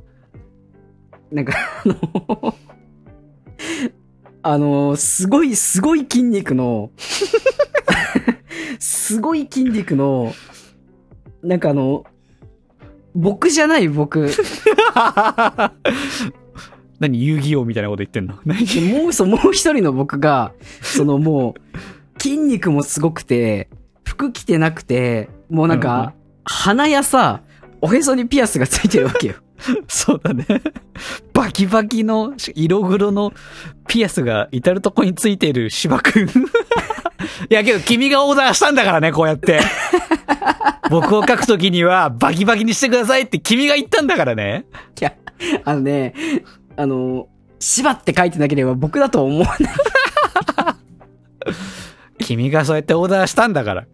[SPEAKER 2] なんかあの、あの、すごい、すごい筋肉の、すごい筋肉の、なんかあの、僕じゃない僕。
[SPEAKER 1] 何、遊戯王みたいなこと言ってんの何
[SPEAKER 2] でもうそう、もう一人の僕が、そのもう、筋肉もすごくて、服着てなくて、もうなん
[SPEAKER 1] うんうん
[SPEAKER 2] か、鼻やさ、おへそにピアスがついてるわけよ。
[SPEAKER 1] そうだね。バキバキのし色黒のピアスが至るとこについてる芝くん。いやけど君がオーダーしたんだからね、こうやって。僕を書くときにはバキバキにしてくださいって君が言ったんだからね。
[SPEAKER 2] いや、あのね、あの、芝って書いてなければ僕だと思わない。
[SPEAKER 1] 君がそうやってオーダーしたんだから。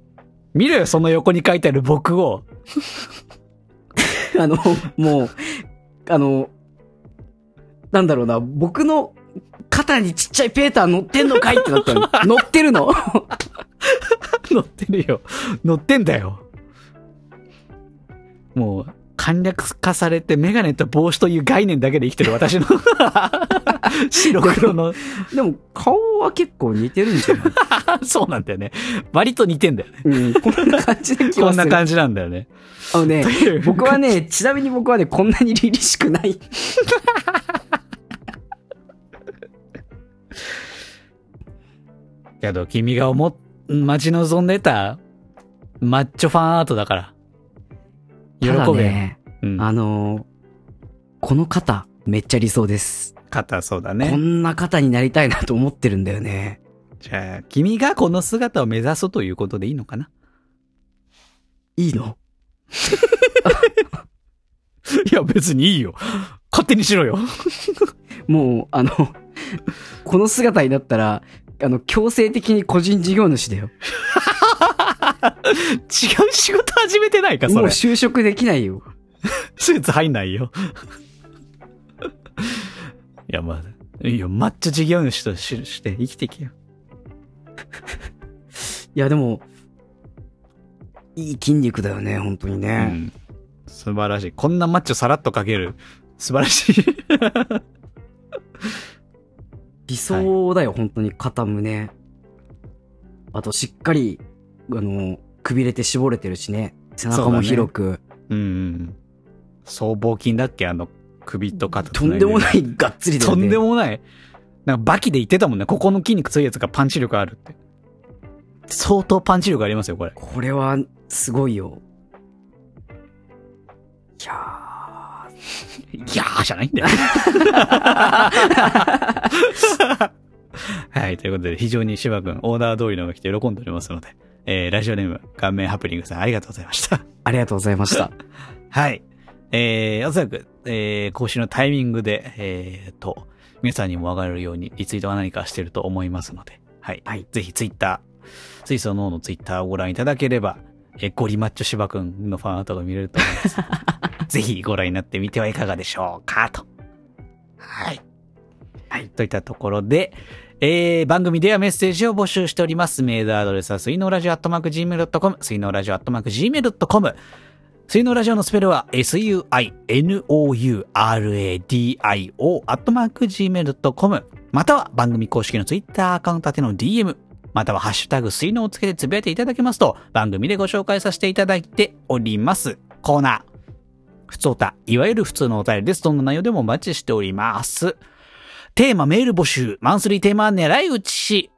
[SPEAKER 1] 見ろよ、その横に書いてある僕を。
[SPEAKER 2] あの、もう、あの、なんだろうな、僕の肩にちっちゃいペーター乗ってんのかいってな ったの。乗ってるの。
[SPEAKER 1] 乗ってるよ。乗ってんだよ。もう、簡略化されてメガネと帽子という概念だけで生きてる私 の白黒の
[SPEAKER 2] でも顔は結構似てるんじゃない、
[SPEAKER 1] そうなんだよね。割と似てんだよね。
[SPEAKER 2] うん、こんな感じで気
[SPEAKER 1] こ
[SPEAKER 2] は
[SPEAKER 1] ん
[SPEAKER 2] す
[SPEAKER 1] な
[SPEAKER 2] る。
[SPEAKER 1] 感じなんだよ ね。
[SPEAKER 2] あのね
[SPEAKER 1] いう、
[SPEAKER 2] 僕はね、ちなみに僕はね、こんなに凛々しくない。
[SPEAKER 1] けど、君が思っ、待ち望んでた、マッチョファンアートだから。喜べ
[SPEAKER 2] た
[SPEAKER 1] よ。
[SPEAKER 2] だね、
[SPEAKER 1] うん。
[SPEAKER 2] あのーこの肩、めっちゃ理想です。
[SPEAKER 1] 肩、そうだ
[SPEAKER 2] こ
[SPEAKER 1] ね。
[SPEAKER 2] んな肩になりたいなと思ってるんだよね。
[SPEAKER 1] じゃあ、君がこの姿を目指すということでいいのかな
[SPEAKER 2] いいの
[SPEAKER 1] いや、別にいいよ。勝手にしろよ。
[SPEAKER 2] もう、あの、 この姿になったら、あの、強制的に個人事業主だよ。
[SPEAKER 1] 違う仕事始めてないか、そ
[SPEAKER 2] もう
[SPEAKER 1] れ。
[SPEAKER 2] 就職できないよ。
[SPEAKER 1] スーツ入んないよ。 いや、まあ、いいよ、マッチョ事業主としして生きていけよ。
[SPEAKER 2] いや、でも、いい筋肉だよね、本当に
[SPEAKER 1] う
[SPEAKER 2] ね。
[SPEAKER 1] ん素晴らしい。こんなマッチョさらっとかける。素晴らし い。
[SPEAKER 2] 理想だよ、本当に肩胸あとしっかりあのくびれて絞れてるしね背中も広く、
[SPEAKER 1] うんうん。僧帽筋だっけあの、首と肩
[SPEAKER 2] とんでも
[SPEAKER 1] い。
[SPEAKER 2] ないがっつりだ
[SPEAKER 1] と
[SPEAKER 2] よね
[SPEAKER 1] んでもない。なんかバキで言ってたもんね。ここの筋肉強いやつがパンチ力あるって。相当パンチ力ありますよ、これ。
[SPEAKER 2] これはすごいよいや
[SPEAKER 1] いやーじゃないんだよ。はい、ということで、非常に芝君、オーダー通りのが来て喜んでおりますので、えー、ラジオネーム、顔面ハプニングさん、ありがとうございました。
[SPEAKER 2] ーありがとうございました
[SPEAKER 1] はい。えー、おそらく、えー、更新のタイミングで、えーと、皆さんにもわかるように、リツイートは何かしてると思いますので、はい。
[SPEAKER 2] はい
[SPEAKER 1] ぜひツイッター、水素脳のツイッターをご覧いただければ、えーゴリマッチョ芝くんのファンアートが見れると思い ます。ぜひご覧になってみてはいかがでしょうか、と。はい。はい。といったところで、えー、番組ではメッセージを募集しております。メールアドレスは、水のラジオアットマーク Gmail.com、水のラジオアットマーク Gmail.com、水のラジオのスペルは suinouradio アットマーク gmail.com または番組公式のツイッターアカウント宛ての DM またはハッシュタグ水のをつけてつぶやいていただけますと番組でご紹介させていただいておりますコーナー普通おたいわゆる普通のお便りですどんな内容でもお待ちしておりますテーマメール募集マンスリーテーマ狙い撃ち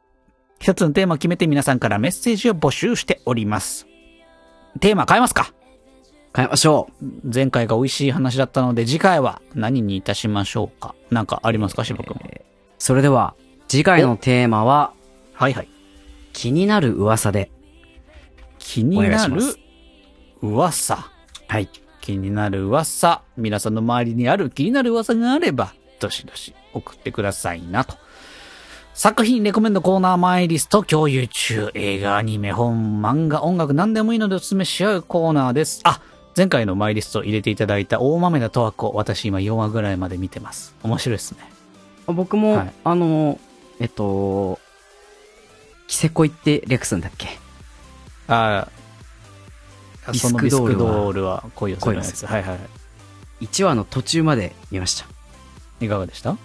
[SPEAKER 1] 一つのテーマを決めて皆さんからメッセージを募集しておりますテーマ変えますか
[SPEAKER 2] 変えましょう
[SPEAKER 1] 前回が美味しい話だったので、次回は何にいたしましょうかなんかありますか、しばくん。
[SPEAKER 2] それでは次回のテーマは
[SPEAKER 1] はいはい。
[SPEAKER 2] 気になる噂で
[SPEAKER 1] 気にな
[SPEAKER 2] お願
[SPEAKER 1] る
[SPEAKER 2] いします
[SPEAKER 1] 噂。
[SPEAKER 2] はい
[SPEAKER 1] 気になる噂。皆さんの周りにある気になる噂があれば、どしどし送ってくださいなと。作品レコメンドコーナーマイリスト共有中。映画、アニメ、本、漫画、音楽、何でもいいのでおすすめし合うコーナーです。あ、前回のマイリスト入れていただいた大豆田十和子。私今4話ぐらいまで見てます。面白いですね。
[SPEAKER 2] 僕も、
[SPEAKER 1] はい
[SPEAKER 2] あのえっとキセコイってレクスんだっけ
[SPEAKER 1] ああ、あ
[SPEAKER 2] ビ
[SPEAKER 1] そ
[SPEAKER 2] ス
[SPEAKER 1] の
[SPEAKER 2] ク
[SPEAKER 1] ビス
[SPEAKER 2] ドー
[SPEAKER 1] ク
[SPEAKER 2] ルは
[SPEAKER 1] ドールは恋をするやつ。
[SPEAKER 2] 恋をする
[SPEAKER 1] はいはいは
[SPEAKER 2] 1話の途中まで見ました。
[SPEAKER 1] い。いかがでした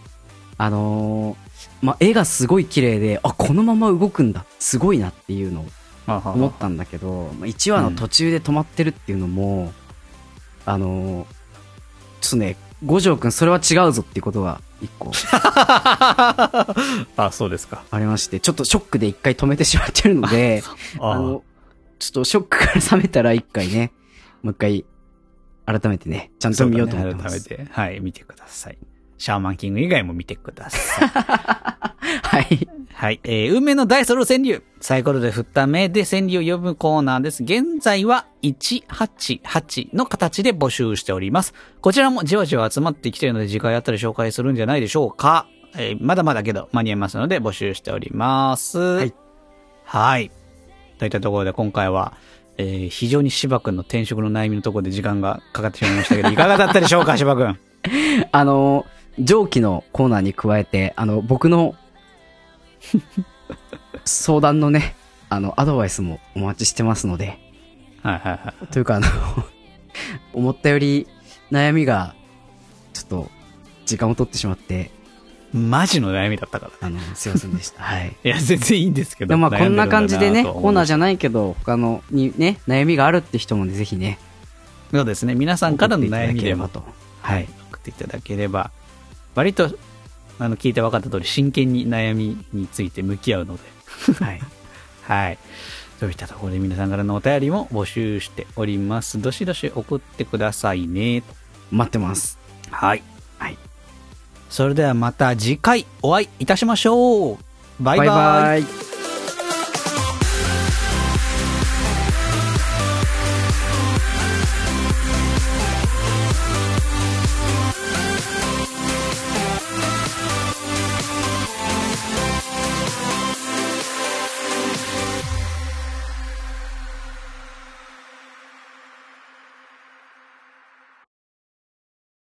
[SPEAKER 2] あのーまあ、絵がすごい綺麗で、あ、このまま動くんだ。すごいなっていうのを思
[SPEAKER 1] 思
[SPEAKER 2] ったんだけど、まあ、1話の途中で止まってるっていうのも、あのーちょっとね、五条くんそれは違うぞっていうことが一個
[SPEAKER 1] あ、そうですか。
[SPEAKER 2] ありまして、ちょっとショックで一回止めてしまってるので、あ
[SPEAKER 1] あ
[SPEAKER 2] の、ちょっとショックから冷めたら一回ね、もう一回、改めてね、ちゃんと見ようと思ってます。
[SPEAKER 1] そうだね改めて。はい、見てください。シャーマンキング以外も見てください。
[SPEAKER 2] はい。。
[SPEAKER 1] はい。えー、運命のダイソロ川柳。サイコロで振った目で川柳を読むコーナーです。現在は188の形で募集しております。こちらもじわじわ集まってきているので次回あたり紹介するんじゃないでしょうか。えーまだまだけど間に合いますので募集しております。はいはい。といったところで今回は、えー非常に芝君の転職の悩みのところで時間がかかってしまいましたけど、いかがだったでしょうか、芝君。
[SPEAKER 2] あのー上記のコーナーに加えて、あの、僕の、相談のね、あの、アドバイスもお待ちしてますので、
[SPEAKER 1] はいはいはい。
[SPEAKER 2] というかあの、思ったより悩みが、ちょっと、時間を取ってしまって、
[SPEAKER 1] マジの悩みだったから。
[SPEAKER 2] あの、すいませんでした。はい。
[SPEAKER 1] いや、全然いいんですけど。
[SPEAKER 2] でもまあこんな感じでね、
[SPEAKER 1] 悩んるんだなと思
[SPEAKER 2] コー
[SPEAKER 1] い
[SPEAKER 2] ナ
[SPEAKER 1] ま
[SPEAKER 2] ー
[SPEAKER 1] し
[SPEAKER 2] じゃないけど、他のにね、悩みがあるって人もね、ぜひね、
[SPEAKER 1] たそうですね。皆さんからの悩みでも、
[SPEAKER 2] と。
[SPEAKER 1] はい、送っていただければ、割と、あの、聞いて分かった通り、真剣に悩みについて向き合うので、
[SPEAKER 2] はい。
[SPEAKER 1] はい。そういったところで皆さんからのお便りも募集しております。どしどし送ってくださいね。
[SPEAKER 2] 待ってます。
[SPEAKER 1] はい。
[SPEAKER 2] はい。
[SPEAKER 1] それではまた次回お会いいたしましょう。バイバイ。
[SPEAKER 2] バイバイ